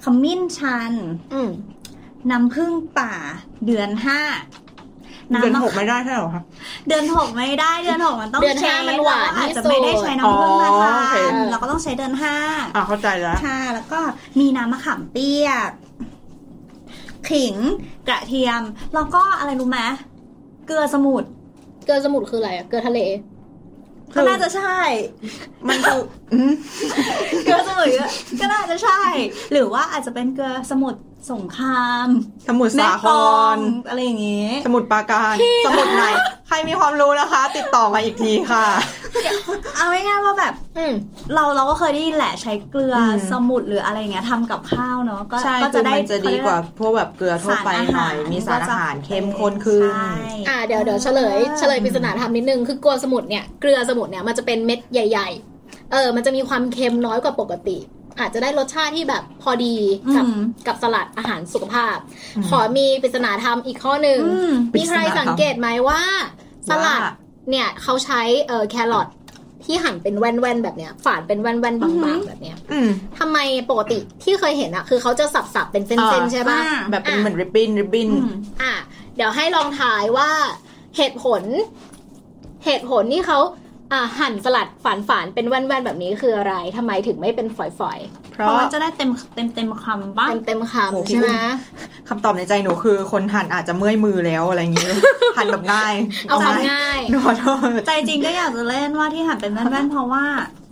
C: ขมิ้นชัน
D: อืม
C: น้ำผึ้งป่า เดือนห้า
E: เดือน
C: น้ำมะ
E: หกไม่ได้ใช่เหรอคะ
C: เดือนหกไม่ได้ เดือนหกมันต้อง
D: เดือนห้า
C: ช็ค
D: มันหวาน
C: เรอาจ
D: ที่
C: จะ
D: สุ
C: ไม่
D: ด
C: ได้ใช้น้ำผึ้งมา
E: อ๋อ
C: ทา
E: โอเค
C: นเราก็ต้องใช้เดือนห้า
E: อ่ะเข้าใจแล้ว
C: ค่ะ แล้วก็มีน้ำมะขามเปียก ขิงกระเทียม แล้วก็อะไรรู้ไหมเกลือสมุน
D: เกลือสมุนคืออะไรอะเกลือทะเล
C: ก็น่าจะใช่
E: มันคืออืม
C: เกลือสมุนก็ก็น่าจะใช่ หรือว่าอาจจะเป็นเกลือสมุทรสงคราม
E: สมุทร
C: แม่
E: สาก ค
C: ลอง
E: ร
C: อะไรอย่างงี้
E: สมุทรปราการ สมุทรไหน ใครมีความรู้นะคะ ติดต่อมาอีกทีค่ะ
C: เอาง่ายๆว่าแบบ
D: อืม
C: เราเราก็เคยได้ยินแหละใช้เกลืออ
E: ม
C: สมุนหรืออะไรอย่างเงี้ยทำกับข้าวเนาะก็
E: ใช่
C: ก็
E: คือมันจะดีกว่า
C: เข
E: พวกแบบเกลือทั่วไปหน่อ
C: สารอา
E: ย
C: หาร
E: มีสารอาหาร
C: ก็จะ
E: เข้มข้นขึ้น
C: ใช่
D: อ่าเดี๋ยวเดี๋ยวเฉลยเฉลยปริศนาธรรมนิดนึง คือเกลือสมุนเนี่ยเกลือสมุนเนี่ยมันจะเป็นเม็ดใหญ่ ๆ เออ มันจะมีความเค็มน้อยกว่าปกติ อาจจะได้รสชาติที่แบบพอดี
C: อืม
D: กับกับสลัดอาหารสุขภาพ
E: อืม
D: ขอมีปริศนาธรรมอีกข้อหนึ่ง
C: อืม
D: มีใครสังเกตไหมว่า สลัดเนี่ยเขาใช้เออแครอทที่หั่นเป็นแว่นๆแบบเนี้ยฝานเป็นแว่นๆบางๆแบบเนี้ย
E: อืม
D: ทำไมปกติที่เคยเห็นอะคือเขาจะสับๆเป็นเส้น
E: อ่า
D: ๆใช่ป่ะ
C: อ่า
E: แบบเป็นเหมือนริบบิ้นริบบิ้น
C: อืม
D: อ่ะเดี๋ยวให้ลองทายว่าเหตุผล เหตุผลที่เขาอ่ะหั่นสลัดฝานฝานๆเป็นแว่นๆแบบนี้คืออะไรทำไมถึงไม่เป็นฝอย
E: เพ
C: เพราะ
E: ราะ
C: ว่าจะได้เต็มเต็มเต็มคำ
D: ๆ
C: บ้าง
D: เต็มเต็มๆ
E: โอ้โห
D: คำใช่ไหม
E: พี่ คำตอบในใจหนูคือคนหั่นอาจจะเมื่อยมือแล้วอะไรอย่างนี้ หั่นแบบง่าย
D: เอา
E: ใจ
D: คำง่าย
E: หนูขอโทษ
C: ใจจริงก็อยากจะเล่นว่าที่หันเป็นแว่นๆเพราะว่า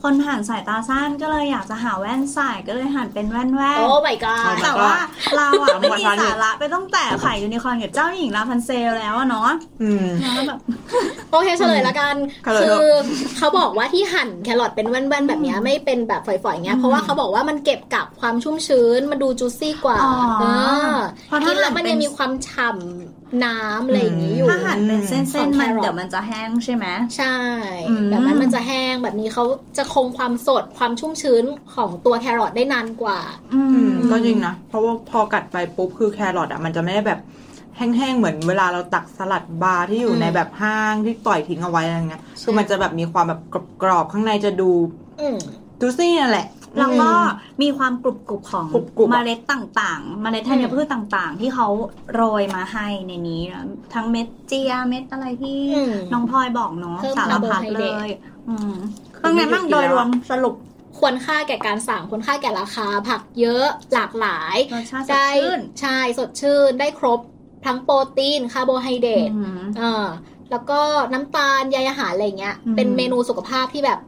C: คนห่างสายตาสั้นก็เลยอยากจะหาแว่นใส่ก็เลยหันเป็นแว่นแว่น
D: โอ้ my god
C: แต่ว่าเราอะไม่มี
E: วันๆ
C: สาระไปต้องแต่ไข่ยูนิคอร์นกับเจ้าหญิงลาพันเซลแล้วอะเนาะ
E: อืม
C: แล้วแบบ
D: โอเคเฉลยละกัน
E: เฉลยเถ
D: คือ
E: อะ
D: เขาบอกว่าที่หั่นแครอทเป็นแว่นๆแบบเนี้ยไม่เป็นแบบฝอยๆอย่างเงี้ยเพราะว่าเขาบอกว่ามันเก็บกับความชุ่มชื้น มันดูจูซี่กว่า
C: อ๋อ
D: เออ
C: เพราะ
D: กิ
C: ถ้าน หั
D: แล้
C: น
D: วมัน
C: เป็
D: ยั
C: น
D: งมีความฉ่ำน้ำอะไรอย่างนี้อยู่
C: ถ้าหันเป็นเส้นๆมัน
D: ของแครอท
C: เดี๋ยวมันจะแห้งใช่ไหม
D: ใช่
C: อืม
D: แบบนั้นมันจะแห้งแบบนี้เขาจะคงความสดความชุ่มชื้นของตัวแครอทได้นานกว่า
C: อื
E: อืม
C: ม
E: ก็จริงนะ เพราะว่าพอกัดไปปุ๊บคือแครอทอ่ะมันจะไม่ได้แบบแห้งๆ เหมือนเวลาเราตักสลัดบาร์ที่อยู่
D: อืม
E: ในแบบห้างที่ต่อยทิ้งเอาไว้อะไรเงี้ย
D: ใช่
E: คือมันจะแบบมีความแบบกรอบๆ ข้างในจะดู
D: อืม
E: ดูซี่นั่นแหละ
C: แล้วก็มีความกรุบกรุบของ
E: กรุบกรุบอะ
C: เมล็ดต่างๆ เมล็ดธัญพืชต่างๆ ที่เขาโรยมาให้ในนี้นะทั้งเม็ดเจียเม็ดอะไรที่
D: อืม
C: น้องพลอยบอกเนาะ
D: เพิ่ม
C: สารพัด
D: คาร์โบไฮเด
C: เล
D: รต
C: ยอืมตั้งแต่มั่งโดยรวมสรุป
D: ควรค่าแก่การสั่งควรค่าแก่ราคา ผักเยอะหลากหลาย
C: รสชาติสด
D: ได้
C: ชื่น
D: ใช่สดชื่นได้ครบทั้งโปรตีนคาร์โบไฮเดรต
C: อืม
D: เออแล้วก็น้ำตาลใยอาหารอะไรเงี้ย
C: อืม
D: เป็นเมนูสุขภาพที่แบบ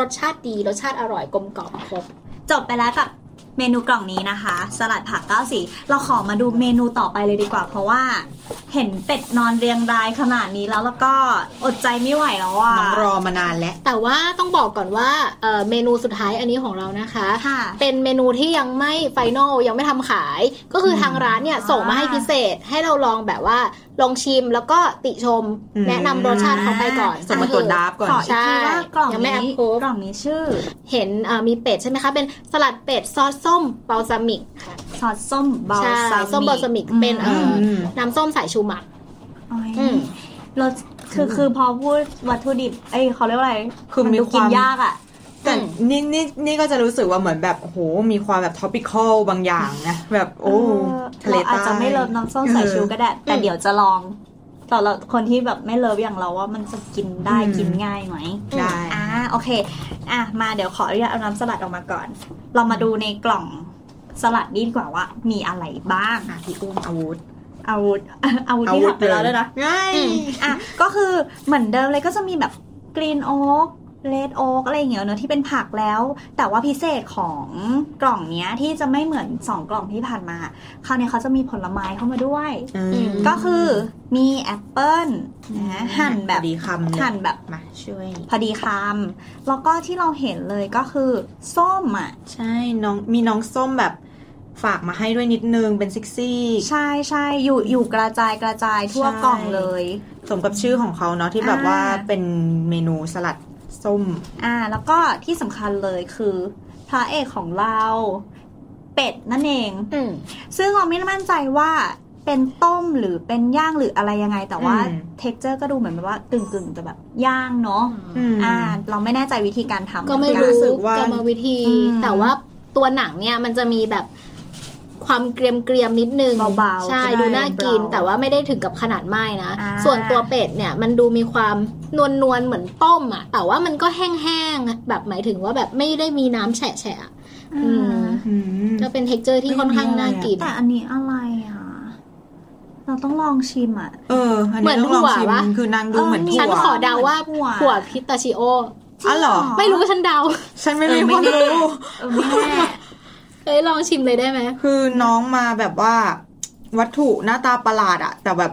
D: รสชาติดี รสชาติอร่อยกลมกล่อมครบ
C: จบไปแล้วกับเมนูกล่องนี้นะคะ สลัดผักเก้าสีเราขอมาดูเมนูต่อไปเลยดีกว่า เพราะว่าเห็นเป็ดนอนเรียงรายขนาดนี้แล้วแล้วก็อดใจไม่ไหวแล้วอ่ะ
E: น้องรอมานานแล้ว
D: แต่ว่าต้องบอกก่อนว่าเอ่อเมนูสุดท้ายอันนี้ของเรานะคะ
C: ค่ะ
D: เป็นเมนูที่ยังไม่ไฟนอลยังไม่ทำขาย ก็คืออทางร้านเนี่ยส่งมาให้พิเศษให้เราลองแบบว่าลองชิมแล้วก็ติชม
E: อืม
D: แนะนำรสชาติเขาไปก่อน
E: ส่งมาตรวจดับก่อน
C: ขออีกทีว่ากล่อง
D: ใช่ยังไม่
C: นี้
D: approve
C: กล่องนี้ชื่อ
D: เห็นเอ่อมีเป็ดใช่ไหมคะ เป็นสลัดเป็ดซอสส้มบาลซามิกค่ะ
C: ซอสส้มบาล
D: ใช่
C: ซามิก
D: ส้มบาลซามิกเป็นเอ่ออ
E: ม
D: น้ำส้มสายชูหมัก
C: โอ้ย
D: อืม
C: รสคือคือพอพูดวัตถุดิบเอ้ยเขาเรียกว่าอะไร
E: คือมี
C: ดู
E: ค
C: กิ
E: วาม
C: นยากอ่ะ
E: แต่นี่นี่นี่ก็จะรู้สึกว่าเหมือนแบบโอ้โหมีความแบบท็อปิคอลบางอย่างนะแบบโอ้
C: เ
E: ทะเล
C: เราอาจ
E: ใต้
C: จะไม่เลิฟน้ำส้มสายชูก็ได้ แต่
D: อืม
C: เดี๋ยวจะลองต่อเราคนที่แบบไม่เลิฟอย่างเราว่ามันจะกินได้
E: อืม
C: กินง่ายไหม
E: ได้
C: อ่าโอเค อ่ะมาเดี๋ยวขออนุญาตเอาน้ำสลัดออกมาก่อน เรามาดูในกล่องสลัดนี้ดีกว่าว่า มีอะไรบ้าง
E: อ่ะพี่อุ้มอาวุธ
C: อาวุธ อาวุธที่ถักไปแล้วด้วยนะ
E: ง่าย
D: อืม
C: อ่ะก็คือเหมือนเดิมเลยก็จะมีแบบกรีนโอ๊กเลดโอ๊กอะไรอย่างเงี้ยเนอะที่เป็นผักแล้ว แต่ว่าพิเศษของกล่องเนี้ยที่จะไม่เหมือน 2 กล่องที่ผ่านมา คราวเนี้ยเขาจะมีผลไม้เข้ามาด้วย
E: อืม
D: ม
C: ก็คือมีแอปเปิ้ลนะหั่นแบบ
E: พอดีคำเลย
C: หั่นแบบ
E: มาช่วย
C: พอดีคำแล้วก็ที่เราเห็นเลยก็คือส้มอ่ะ
E: ใช่น้องมีน้องส้มแบบฝากมาให้ด้วยนิดนึงเป็นซิกซี่
C: ใช่ใช่อยู่อยู่กระจายกระจายทั่ว
E: ใช่
C: กล่องเลย
E: สมกับชื่อของเขาเนาะที่แบบว่า
C: อ่า
E: เป็นเมนูสลัดส้ม
C: อ่าแล้วก็ที่สำคัญเลยคือพระเอกของเราเป็ดนั่นเอง
D: อืม
C: ซึ่งเราไม่มั่นใจว่าเป็นต้มหรือเป็นย่างหรืออะไรยังไง แต่ว่า
E: อืม
C: เท็กเจอร์ก็ดูเหมือนแบบว่ากึ่งกึ่งๆจะแบบย่างเนาะ
E: ม
C: อ่า เราไม่แน่ใจวิธีการทำ
D: ก็ไม่
E: รู้
D: รู้
E: สึกว่า
D: กรรมวิธี
C: อืม
D: แต่ว่าตัวหนังเนี่ยมันจะมีแบบความเกรียมเกรียมๆนิดนึง
C: เบาๆ
D: ใช่
C: ใช่ไหม
D: ดูน่ากิน
C: เบาๆ
D: แต่ว่าไม่ได้ถึงกับขนาดไหม้นะ
C: อ่า
D: ส่วนตัวเป็ดเนี่ยมันดูมีความนวลนวลๆเหมือนต้มอะแต่ว่ามันก็แห้งๆแบบหมายถึงว่าแบบไม่ได้มีน้ำแฉะแฉะๆอะ
C: อ่
D: อืมา
E: อืม
D: ก็เป็นเท็กเจอร์ที่ค่อนข้างน่ากิน
C: แต่อันนี้อะไรอ่ะ เราต้องลองชิมอ่ะ
E: เอออัน
D: เหมื
E: นี้
D: อน
E: ต้องลองชิม
D: ถั่ววะ
E: คือนางดูเหมือน
C: เออ
E: ถั่
D: ฉัน
E: ว
D: ขอเดาว่า
C: ถั่ว
D: ถั่วพิสตาชิโอ
E: อ๋อเหรอ
D: ไม่รู้ว่าฉันเดา
E: ฉันไม่
C: เอ
E: มี
C: อ
E: ค
C: ไม่
E: วาม
C: แน่
E: รู้
C: เออไม่แน่
D: เอ้ยลองชิมเลยได้ไหม
E: คือน้องมาแบบว่า วัตถุหน้าตาประหลาดอะแต่แบบ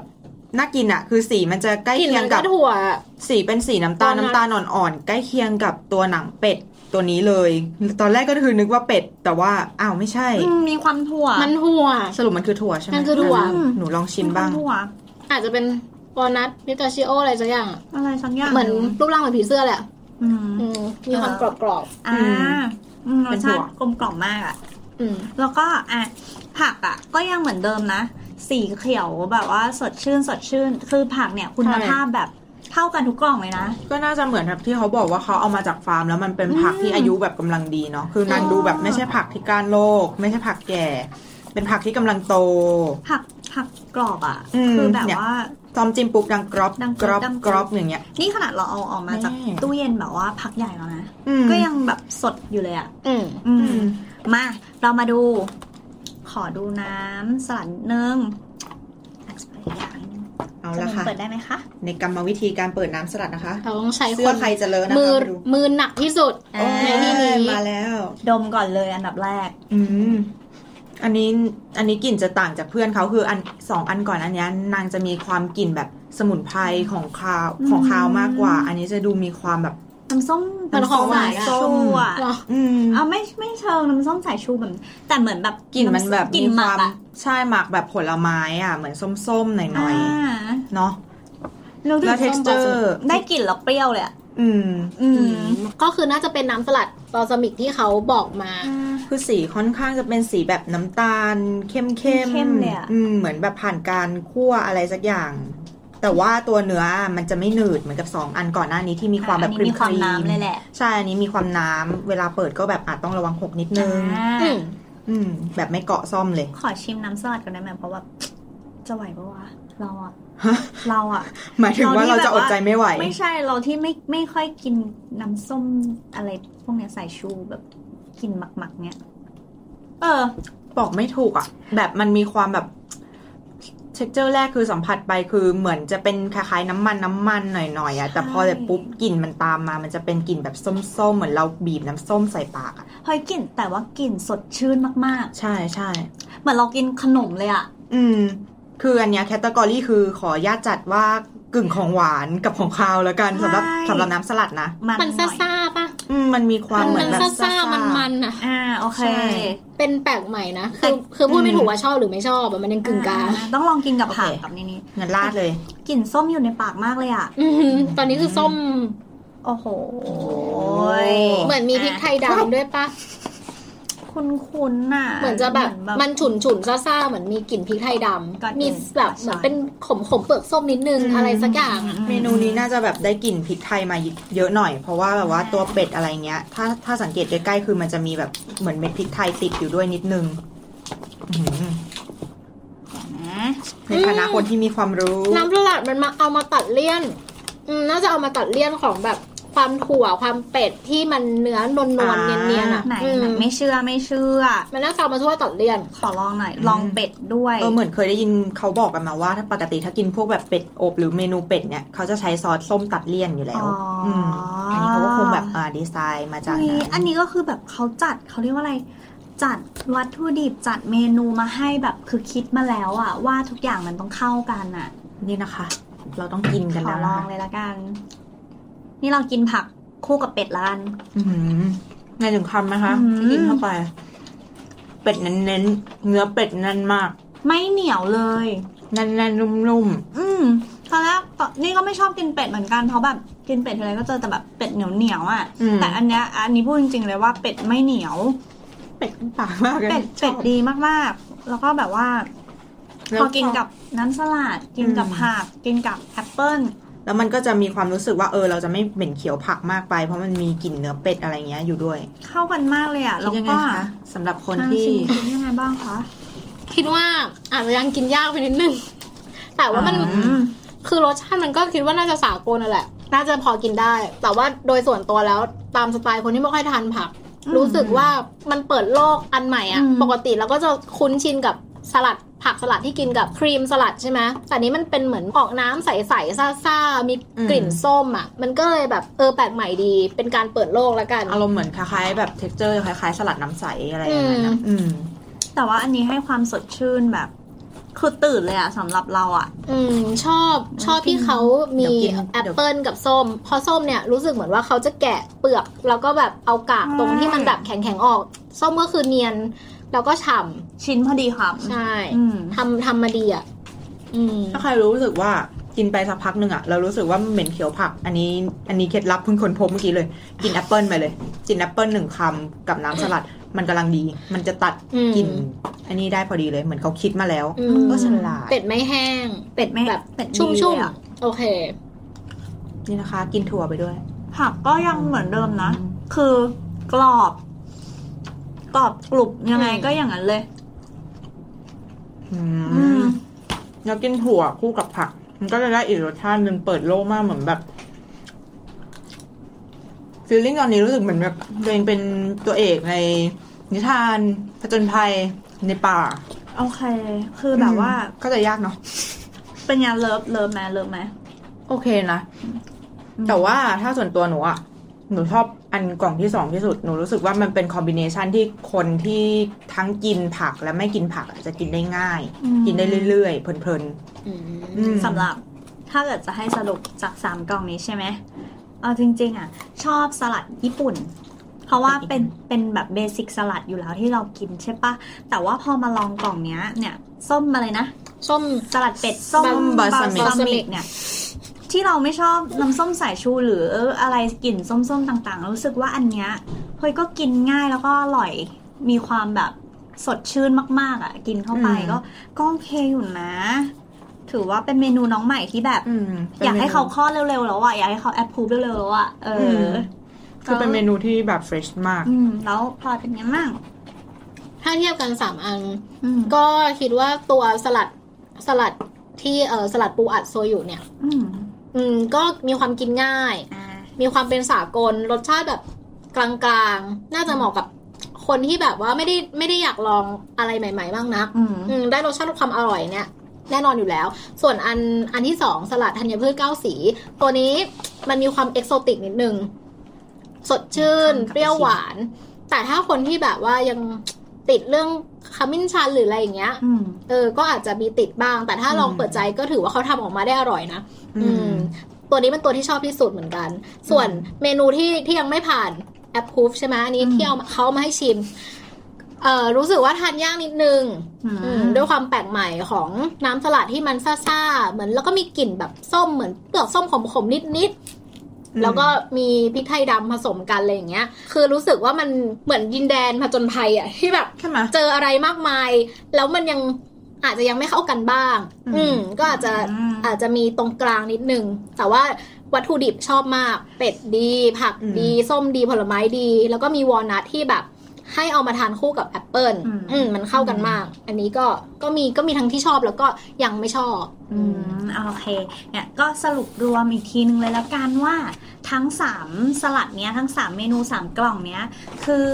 E: น่ากินอะคือสีมันจะใกล้
D: กลิ่น
E: เคีย
D: มั
E: ง
D: น
E: กั
D: ก็
E: บ
D: ถั่ว
E: สีเป็นสีน้ำตาล
D: ตัวนั้น
E: น้ำตาลอ่อนๆใกล้เคียงกับตัวหนังเป็ดตัวนี้เลย ตอนแรกก็คือนึกว่าเป็ด แต่ว่าอ้าวไม่ใช่
C: อืมมีความถั่ว
D: มันถั่ว
E: สรุปมันคือถั่วใช่ไหม
D: มันคือถั่ว
E: ะหนูลองชิมบ้าง
C: ถั่ว
D: อาจจะเป็นวอลนัทพิสตาชิโออะไรสักอย่างอะ
C: อะไรสักอย่าง
D: เหมือนรูปร่างเหมือนผีเสื้อแหลยอะ
C: อืม
D: อืมมีความกรอบกรอบ
C: อ่าอืมร
E: เป็
C: ส
E: นถั่ว
C: ชาติกลมกล่อมมากอ่ะ
D: ๆอืม
C: แล้วก็อ่ะผักอ่ะ ก็ยังเหมือนเดิมนะ สีเขียวแบบว่าสดชื่นสดชื่น คือผักเนี่ยคุณ
E: ใช่
C: ภาพแบบเท่ากันทุกกล่องเลยนะ
E: ก็น่าจะเหมือนแบบที่เขาบอกว่าเขาเอามาจากฟาร์มแล้วมันเป็นผักที่อายุแบบกำลังดีเนาะคือนางดูแบบไม่ใช่ผักที่ก้านโรคไม่ใช่ผักแก่ เป็นผักที่กำลังโต
C: ผักผักกรอบอ่ะ
E: อืม
C: คือแบบ
E: เนี่ย
C: ว่า
E: ตอมจิ้มปุ๊บดังกรอบ
C: ดังก
E: ก
C: ร
E: ร
C: อ
E: อ
C: บบ ดังก
E: ก
C: ร
E: ร
C: อ
E: อบ บอย่างเงี้ย
C: นี่ขนาดเราเอาออกมาจาก
E: นี่
C: ตู้เย็นแบบว่าผักใหญ่แล้วนะ
E: อืม
C: ก็ยังแบบสดอยู่เลยอ่ะ
D: อืม
C: อื
E: อื
C: ม
E: ม
C: มา เรามาดู ขอดูน้ำสลัดนิดนึงอาจจะเป็นอย่าง
E: เอา เอา
C: จ
E: ละ
C: มูก
E: ค่ะ
C: เปิดได้ไหมคะ
E: ในกรรมวิธีการเปิดน้ำสลัดนะคะ
D: เราต้องใช้ค
E: เสื้อน ใครจะเลอะนะคะ
D: มือ
E: ดู
D: มือหนักที่สุด
C: อ่า
D: ในที่นี้
E: มาแล้ว
C: ดมก่อนเลยอันดับแรก
E: อืม อันนี้อันนี้กลิ่นจะต่างจากเพื่อนเขาคืออันสองอันก่อนอันเนี้ยนางจะมีความกลิ่นแบบสมุนไพรของคาว
C: อืม
E: ของคาวมากกว่า อันนี้จะดูมีความแบบ
C: น้ำส้ม
D: มันของหวาน
C: น้ำ
D: อะ
C: ส้มสายชูอะ
D: เหรอ
E: อืม
C: เอาไม่ไม่เชิงน้ำส้มสายชูแบบแต่เหมือนแบบ
E: กลิ่นมันแบบ
C: กลิ่น
E: มี
C: ห
E: ค
C: มั
E: วาก ม
C: อะ
E: ใช่หมักแบบผลไม้อ่ะ เหมือนส้มๆหน่อย
C: า
E: ๆเนาะ
C: แล้วถึ
E: แล้ว
C: ง
E: t e
C: ส้
E: x
C: ม
E: t
C: ปลา
E: u
C: ส
E: r
C: ลิด
E: e
C: ได้กลิ่นแล้วเปรี้ยวเลยอะ
E: อืม
C: อื
D: อื
C: ม
D: มก็คือน่าจะเป็นน้ำสลัดบาลซามิกที่เขาบอกมา
E: คือสีค่อนข้างจะเป็นสีแบบน้ำตาล เข้มๆ
C: เข้มเลยอะ
E: อืมเหมือนแบบผ่านการคั่วอะไรสักอย่าง แต่ว่าตัวเนื้อมันจะไม่หนืดเหมือนกับสองอันก่อนหน้านี้ที่มีความแบบ
C: อัน
E: ครี
C: นี้มี
E: ม
C: ความน้ำเลยแหละ
E: ใช่ อันนี้มีความน้ำเวลาเปิดก็แบบอาจต้องระวังหกนิดนึง
C: อ่า
D: อืม
E: อืม แบบไม่เกาะซ่อมเลย
C: ขอชิมน้ำสลัดกันได้ไหมเพราะว่าจะไหวปะวะเราอะ
E: ฮะ
C: เราอะ
E: หมายถึงว่า
C: เรา
E: เรา
C: ที่
E: จะอดใจ
C: แบบว่า
E: ไม่ไหว
C: ไม่ใช่เราที่ไม่ไม่ค่อยกินน้ำส้มอะไรพวกเนี้ยสายชูแบบกินหมักๆเนี้ยเออ
E: บอกไม่ถูกอ่ะ แบบมันมีความแบบเท็กเจอร์แรกคือสัมผัสไปคือเหมือนจะเป็นคล้ายๆน้ำมันน้ำมันหน่อยๆอ่ะแต่พอแบบปุ๊บกลิ่นมันตามมา มันจะเป็นกลิ่นแบบส้มๆเหมือนเราบีบน้ำส้มใส่ปากอ่ะ
C: เฮ้ยกลิ่นแต่ว่ากลิ่นสดชื่นมาก
E: ใช่ใช่
C: ๆ เหมือนเรากินขนมเลยอะ
E: อืม คืออันเนี้ยแคตตากรีคือขออนุญาตจัดว่ากึ่งของหวานกับของคาวแล้วกันสำหรับสำหรับน้ำสลัดนะ
C: มัน
D: มัน
C: ห
D: ซ่า
C: น่อย
D: ซาๆป่ะ
E: อืมมันมีความเหมื
D: มั
E: อน
D: น
E: แบบ
D: ซ่าซา
E: ๆ
D: มันมันๆอะ
C: อ่าโอเค
E: ใช่
D: เป็นแปลกใหม่นะ คือคือพูดไม่
E: อืม
D: ถูกว่าชอบหรือไม่ชอบอะมันยังกึ่งกลาง
C: อ่ต้องลองกินกับผัก
E: โอเค
C: กับนี่นี่
E: งั้นราดเลย
C: กลิ่นส้มอยู่ในปากมากเลยอะ
D: อืมตอนนี้คือส้ม
C: โอ้โห
E: ย
D: เหมือนมีพริกไทยดำด้วยป่ะ
C: คุ้นคุ้นๆน่ะ
D: เหมือนจะแบบ
C: เหมือ
D: มันฉุนฉุนๆซ่าซาๆเหมือนมีกลิ่นพริกไทยด
C: ก่อนอื่น
D: ำมีแบบเหมือนเป็นขมขมๆเปลือกส้มนิดนึง
E: อืม
D: อะไรสักอย่าง
C: อื
E: เมนูนี้น่าจะแบบได้กลิ่นพริกไทยมาเยอะหน่อย เพราะว่าแบบว่าตัวเป็ดอะไรเงี้ย ถ้าถ้าสังเกตใกล้ๆคือมันจะมีแบบเหมือนเม็ดพริกไทยติดอยู่ด้วยนิดนึงอื้อหือ
C: นะ
E: ในฐานะคนที่มีความรู้
D: น้ำสลัดมันมาเอามาตัดเลี่ยนอืมน่าจะเอามาตัดเลี่ยนของแบบความถั่วความเป็ดที่มันเนื้อนวลนวลๆเนียนเนียนๆอ่ะ
C: ไหน
D: อืม
C: ไหนไม่เชื่อไม่เชื่อ
D: มันน่าจะเอามาช่วยตัดเลี่ยน
C: ขอลองหน่อย ลองเป็ดด้วย
E: เออเหมือนเคยได้ยินเขาบอกกันมาว่า ถ้าปกติถ้ากินพวกแบบเป็ดอบหรือเมนูเป็ดเนี่ยเขาจะใช้ซอสส้มตัดเลี่ยนอยู่แล้ว
C: อ๋ออื
E: มอันนี้เขาก็คงแบบอ่าดีไซน์มาจาก
C: นี่อั
E: นั้น
C: นนี้ก็คือแบบเขาจัดเขาเรียกว่าอะไร จัดวัตถุดิบจัดเมนูมาให้แบบคือคิดมาแล้วอะว่าทุกอย่างมันต้องเข้ากันอะ
E: นี่นะคะ เราต้องกินกัน
C: ขอ
E: แล้ว
C: ล
E: นะ
C: อง
E: คะ
C: เลยละกัน นี่เรากินผักคู่กับเป็ดละกัน
E: อื้อหือไงถึงคำนะคะที่กินเข้าไป เป็ดเน้นๆเนื้อเป็ดแน่นมาก
C: ไม่เหนียวเลย
E: แน่นๆนุ่ม
C: อืมตอนแรกตอนนี่ก็ไม่ชอบกินเป็ดเหมือนกันเพราะแบบกินเป็ดทีไรก็เจอแต่แบบเป็ดเหนียวเหนียวๆอะ
E: ๆอืม
C: แต่อันเนี้ยอันนี้พูดจริงๆเลยว่าเป็ดไม่เหนียว
E: เป็ดปากมากเลย
C: เป็ด
E: ช
C: เป็
E: อ
C: ด
E: บ
C: ดีมากๆ แล้วก็แบบว่า
E: แล้
C: พ
E: ว
C: อกินกับน้ำสลัดกินกับผักกินกับแอปเปิ้ล
E: แล้วมันก็จะมีความรู้สึกว่าเออ เราจะไม่เหม็นเขียวผักมากไป เพราะมันมีกลิ่นเนื้อเป็ดอะไรเงี้ยอยู่ด้วย
C: เข้ากันมากเลยอ่ะแล้ว
E: คิดยังไง
C: ก็
E: คะสำหรับคน
C: ทาง
E: ที่
C: ชิมกินยังไงบ้างคะ
D: คิดว่าอาจจะยังกินยากไปนิดนึง แต่ว่ามัน
E: อื
C: อืม
D: คือรสชาติมันก็คิดว่าน่าจะสากลนั่นแหละ น่าจะพอกินได้ แต่ว่าโดยส่วนตัวแล้วตามสไตล์คนที่ไม่ค่อยทานผัก รู้สึกว่ามันเปิดโลกอันใหม่อะปกติเราก็จะคุ้นชินกับสลัดผักสลัดที่กินกับครีมสลัดใช่ไหมแต่นี้มันเป็นเหมือนออกน้ำใสๆซ่าๆมีกลิ่นส้มอะมันก็เลยแบบเออแปลกใหม่ดี เป็นการเปิดโลกละกัน
E: อารมณ์เหมือนคล้ายๆ แบบเท็กเจอร์คล้ายๆ สลัดน้ำใสอะไรอย่างนั้นนะอืม
C: แต่ว่าอันนี้ให้ความสดชื่นแบบ คือตื่นเลยอ่ะสำหรับเราอ่ะ
D: อืมชอบชอบที่เขามี
E: เดี๋ยวกิน
D: แอปเปิลกับส้ม พอส้มเนี่ยรู้สึกเหมือนว่าเขาจะแกะเปลือก แล้วก็แบบเอากาก
C: ใช่
D: ตรงที่มันแบบแข็งๆออก ส้มก็คือเนียน แล้วก็ฉ่
C: ชิ้นพอดีครับ
D: ำใช่
C: อืม
D: ทำทำมาดีอ่ะอืม
E: ถ้าใครรู้สึกว่ากินไปสักพักหนึ่งอะเรารู้สึกว่าเหม็นเขียวผัก อันนี้อันนี้เคล็ดลับเพิ่งค้นพบเมื่อกี้เลย กินแอปเปิลไปเลย กินแอปเปิลหนึ่งคำกับน้ำสลัดมันกำลังดี มันจะตัด
D: อืม
E: กินอันนี้ได้พอดีเลยเหมือนเขาคิดมาแล้ว
D: อืม
E: ก็ฉลาด
D: เป็ดไม่แห้ง
C: เป็ดไม่
D: แบบ
C: เป็ดดี
D: ชุ่ม
C: เลย
D: ๆ
C: อะ
D: โอเค
E: นี่นะคะ กินถั่วไปด้วย
C: ผักก็ยังเหมือนเดิมนะ คือกรอบ กรอบกรุบยังไง
D: อืม
C: ก็อย่างนั้นเลย
E: อื
C: อืม
E: มแล้วกินถั่วคู่กับผัก มันก็จะได้อีกรสชาติหนึ่งเปิดโลกมากเหมือนแบบฟีลลิ่งตอนนี้รู้สึกเหมือนแบบตัวเองเป็นตัวเอกในนิทานผจญภัยในป่า
C: โอเค คือแบบว่า
E: ก็จะยากเนาะ
C: เป็นไงเลิฟเลิฟไหมเลิฟไหม
E: โอเคนะ แต่ว่าถ้าส่วนตัวหนูอะหนูชอบอันกล่องที่สองที่สุด หนูรู้สึกว่ามันเป็นคอมบิเนชันที่คนที่ทั้งกินผักและไม่กินผักอาจจะกินได้ง่าย
C: อืม
E: กินได้เรื่อยๆ เพลิน
D: อืม
E: ๆอืม
C: สำหรับถ้าเกิดจะให้สรุปจากสามกล่องนี้ใช่ไหมเอาจริง ๆ อ่ะ ชอบสลัดญี่ปุ่น เพราะว่าเป็นเป็นแบบเบสิกสลัดอยู่แล้วที่เรากินใช่ปะแต่ว่าพอมาลองกล่องเนี้ยเนี่ย ส้มอะไรนะ
D: ส้ม
C: สลัดเป็ดส้ม
D: บาซามิก
C: เนี่ย ที่เราไม่ชอบน้ำส้มสายชูหรืออะไรกลิ่นส้มๆต่างๆ รู้สึกว่าอันเนี้ยเฮ้ยก็กินง่ายแล้วก็อร่อยมีความแบบสดชื่นมากๆ อ่ะ กินเข้าไปก็ก็โอเคอยู่นะ ถือว่าเป็นเมนูน้องใหม่ที่แบบ
E: อืมป็นมนู
C: อยากให้เขาคลอดเร็วๆแล้วอ่ะอยากให้เขาแอปพูเร็วๆแล้วอ่ะเออ
E: คือเป็นเมนูที่แบบเฟรชมาก
C: อืม แล้วพลอยเป็นยังไงบ้าง
D: ถ้าเทียบกันสามอัน
C: อืม
D: ก็คิดว่าตัวสลัดสลัดที่เออสลัดปูอัดโซยุเนี่ย
C: อืม
D: อืมก็มีความกินง่าย
C: อ่า
D: มีความเป็นสากลรสชาติแบบกลางๆ น่าจะเหมาะกับคนที่แบบว่าไม่ได้ไม่ได้อยากลองอะไรใหม่ๆบ้างนัก
C: อืม
D: อืมได้รสชาติความอร่อยเนี่ยแน่นอนอยู่แล้ว ส่วนอันอันที่สองสลัดธัญพืชเก้าสี ตัวนี้มันมีความเอกโซติกนิดนึง สดชื่น เปรี้ยวหวาน แต่ถ้าคนที่แบบว่ายังติดเรื่องขมิ้นชันหรืออะไรอย่างเงี้ย
C: อืม
D: เออ ก็อาจจะมีติดบ้าง แต่ถ้าลอง
E: อืม
D: เปิดใจก็ถือว่าเขาทำออกมาได้อร่อยนะ
E: อื
D: อื
E: ม
D: ม ตัวนี้เป็นตัวที่ชอบที่สุดเหมือนกัน ส่วนเมนูที่ที่ยังไม่ผ่านแอปพูฟใช่ไหมอันนี้ที่เอามาเขาเอามาให้ชิม เอ่อ รู้สึกว่าทานยากนิดนึง
C: อื
D: อื
C: ม
D: มด้วยความแปลกใหม่ของน้ำสลัดที่มันซ่าๆ เหมือนแล้วก็มีกลิ่นแบบส้มเหมือนเปลือกส้มขมๆนิด
E: อืม
D: ๆ แล้วก็มีพริกไทยดำผสมกันอะไรอย่างเงี้ย คือรู้สึกว่ามันเหมือนดินแดนผจญภัยอ่ะ ที่แบบ
E: ใช่ไหม
D: เจออะไรมากมาย แล้วมันยังอาจจะยังไม่เข้ากันบ้าง
E: อืม
D: อืม ก็อาจจะ
C: อืม
D: อาจจะมีตรงกลางนิดนึง แต่ว่าวัตถุดิบชอบมาก เป็ดดี ผักดี ส้มดีผลไม้ดี แล้วก็มีวอลนัทที่แบบ ให้เอามาทานคู่กับแอปเปิล
C: อืม
D: อืมมันเข้ากันมาก อันนี้ก็ก็มีก็มีทั้งที่ชอบแล้วก็ยังไม่ชอบ
C: อืมเอาโอเคเนี่ยก็สรุปรวมอีกทีนึงเลยละกันว่าทั้ง 3 สลัดเนี้ยทั้ง 3 เมนู 3 กล่องเนี้ยคือ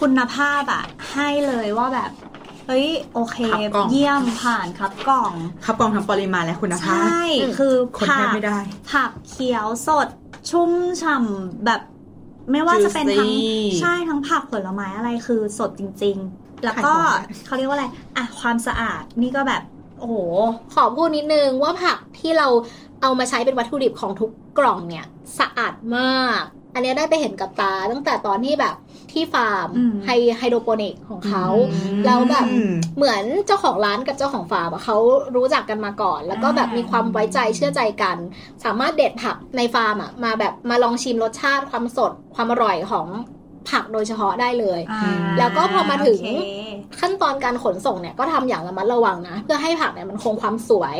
C: คุณภาพอะให้เลยว่าแบบ เฮ้ย โอเค
E: ครับกล่อง
C: เยี่ยมผ่านครับกล่อง
E: ครับกล่องทั้งปริมาณและคุณ
C: ใช
E: ภาพ่
D: อืม
C: คือ
E: คนแท
C: ผั
E: บ
C: ก
E: ไม่ได้
C: ผักเขียวสด ชุ่มฉ่ำแบบ ไม่ว่าจะเป็นทั้ง
E: Juicy
C: ใช่ทั้งผักผลไม้อะไรคือสดจริง ๆ แล้วก็
E: ขายของอะ
C: เขาเรียกว่าอะไรอะความสะอาดนี่ก็แบบโอ้โห
D: ขอพูดนิดนึงว่าผักที่เราเอามาใช้เป็นวัตถุดิบของทุกกล่องเนี่ย สะอาดมาก อันเนี้ยได้ไปเห็นกับตาตั้งแต่ตอนที่แบบที่ฟาร์ม
C: อืม
D: ไฮไฮโดรโปนิกของเขา
E: อืม
D: แล้วแบบ เหมือนเจ้าของร้านกับเจ้าของฟาร์มอะเขารู้จักกันมาก่อน แล้วก็แบบมีความไว้ใจเชื่อใจกัน สามารถเด็ดผักในฟาร์มอะมาแบบมาลองชิมรสชาติความสดความอร่อยของผักโดยเฉพาะได้เลย
C: อ่า
D: แล้วก็พอมาถึง
C: โอเค
D: ขั้นตอนการขนส่งเนี่ยก็ทำอย่างระมัดระวังนะ เพื่อให้ผักเนี่ยมันคงความสวย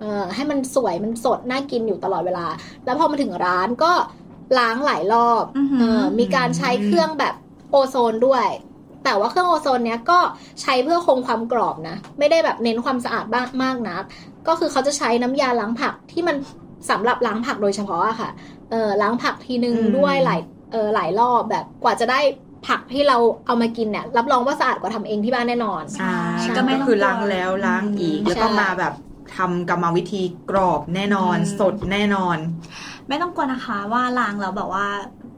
D: เออให้มันสวยมันสดน่ากินอยู่ตลอดเวลา แล้วพอมาถึงร้านก็ล้างหลายรอบ
C: อือหือ
D: เออมีการใช้เครื่องแบบโอโซนด้วย แต่ว่าเครื่องโอโซนเนี้ยก็ใช้เพื่อคงความกรอบนะ ไม่ได้แบบเน้นความสะอาดบ้างมากนัก ก็คือเขาจะใช้น้ำยาล้างผักที่มันสำหรับล้างผักโดยเฉพาะอะค่ะเออล้างผักทีนึง
E: อืม
D: ด้วยหลายเออหลายรอบแบบกว่าจะได้ผักที่เราเอามากินเนี่ยรับรองว่าสะอาดกว่าทำเองที่บ้านแน่นอน
E: ใช่
D: ใช่
E: ก็
D: ไม่ต้อง
E: คือล้างแล้วล้างอีก
D: อืม
E: แล้วก็
D: ใช่
E: มาแบบทำกรรมวิธีกรอบแน่นอน
C: อืม
E: สดแน่นอน
C: ไม่ต้องกลัวนะคะว่าล้างแล้วแบบว่า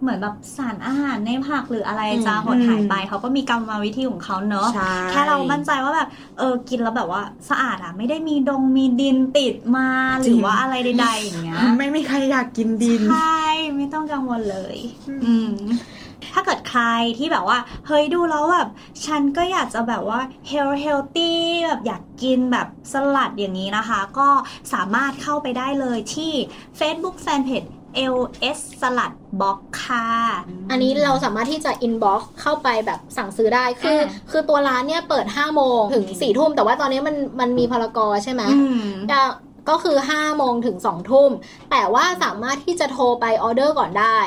C: เหมือนแบบสารอาหารในผักหรืออะไร
D: อืม
C: จะหดหายไปเขาก็มีกรรมวิธีของเขาเนอะ
E: ใช่
C: แค่เรามั่นใจว่าแบบเออกินแล้วแบบว่าสะอาดอ่ะ ไม่ได้มีดงมีดินติดมาห
E: จริ
C: รื
E: ง
C: อว่าอะไรใดๆอย่างเงี้ย
E: ไม่มีใครอยากกินดิน
C: ใช่ไม่ต้องกังวลเลย อืมถ้าเกิดใครที่แบบว่า เฮ้ยดูแล้วแบบ ฉันก็อยากจะแบบว่าเฮลเฮลตี้แบบอยากกินแบบสลัดอย่างนี้นะคะ ก็สามารถเข้าไปได้เลยที่ Facebook Fanpage LS สลัดบล็อกค่ะ
D: อันนี้เราสามารถที่จะ inbox เข้าไปแบบสั่งซื้อได้ คือ
C: อ่า
D: คือตัวร้านเนี่ยเปิด 5 โมงถึง 4 ทุ่ม แต่ว่าตอนนี้มัน มันมีพารากอใช่ไหม
C: อืม
D: ก็ก็คือ 5 โมงถึง 2 ทุ่ม แต่ว่าสามารถที่จะโทรไปออเดอร์ก่อนได้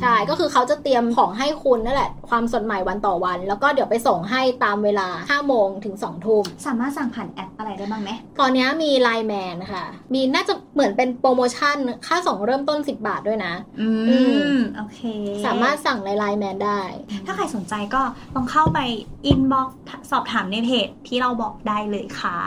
D: ใช่ ก็คือเขาจะเตรียมของให้คุณนั่นแหละ ความสดใหม่วันต่อวัน แล้วก็เดี๋ยวไปส่งให้ตามเวลา 5 โมงถึง 2 ทุ่ม
C: สามารถสั่งผ่านแอปอะไรได้บ้างไหม
D: ตอนนี้มีไลแมนค่ะ มีน่าจะเหมือนเป็นโปรโมชั่น ค่าส่งเริ่มต้น 10 บาทด้วยนะ
C: อืม โอเค
D: สามารถสั่งในไลแมนได้
C: ถ้าใครสนใจก็ลองเข้าไป inbox สอบถามในเพจที่เราบอกได้เลยค่ะ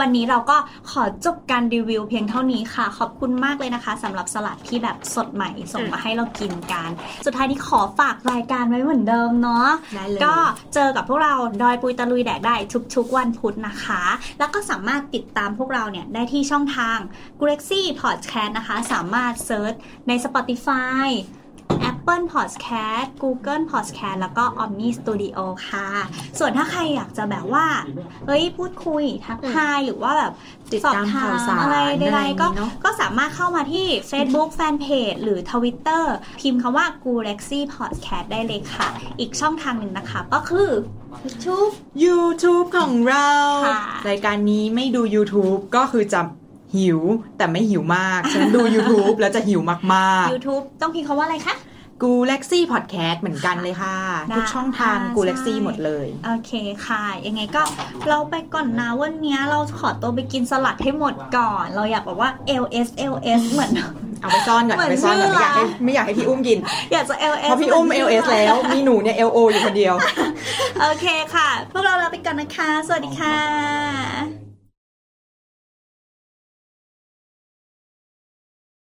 C: วันนี้เราก็ขอจบการรีวิวเพียงเท่านี้ค่ะ ขอบคุณมากเลยนะคะสำหรับสลัดที่แบบสดใหม่ส่งมาให้เรากินกัน สุดท้ายนี้ขอฝากรายการไว้เหมือนเดิมเนาะ
E: ได้เลย
C: ก็เจอกับพวกเราดอยปุยตะลุยแดกได้ทุกๆวันพุธนะคะ แล้วก็สามารถติดตามพวกเราเนี่ยได้ที่ช่องทาง g r e x y Podcast นะคะ สามารถเซิร์ชใน Spotify Apple Podcast Google Podcast แล้วก็ Omni Studio ค่ะ ส่วนถ้าใครอยากจะแบบว่า เฮ้ย พูดคุย ทักทาย หรือว่าแบบ
E: ติดตาม
C: สอบถ
E: ข่าวสาร
C: อะไรใด
E: อะไรอย่าง
C: ๆ
E: นี้
C: ก็
E: เนอะ
C: ก็สามารถเข้ามาที่ Facebook Fanpage หรือ Twitter พิมพ์คำว่า g u l a x y Podcast ได้เลยค่ะ อีกช่องทางหนึ่งนะคะ ก็คือ
E: YouTube ของเรา
C: ค่ะ
E: รายการนี้ไม่ดู YouTube ก็คือจะหิวแต่ไม่หิว มาก ฉันดู YouTube แล้วจะหิวมาก
C: YouTube ต้องพิมพ์คำว่าอะไรคะ
E: ๆ กูเล็กซี่พอดแคสต์เหมือนกันเลยค่ะ
C: ได้
E: ทุกช่องทาง
C: ค่ะ
E: กูเล็กซี่
C: ใช่
E: หมดเลย
C: โอเคค่ะ ยังไงก็เราไปก่อนนะวันเนี้ยเราขอตัวไปกินสลัดให้หมดก่อน เราอยากบอกว่า LS LS เหมือน
E: เอาไปซ่อนก่อน
C: เหมือน
E: เอาไปซ่อนก่อน
C: ชื่
E: ไม่
C: อ
E: อยากให้
C: ร้าน
E: ไม่อยากให้พี่อุ้มกิน
C: อยากจะ LS
E: เพราะพี่อุ้ม
C: หน
E: LS แล้ว มีหนูเนี่ย LO อยู่คนเดียว
C: โอเคค่ะ พวกเราลาไปก่อนนะคะ สวัสดีค่ะ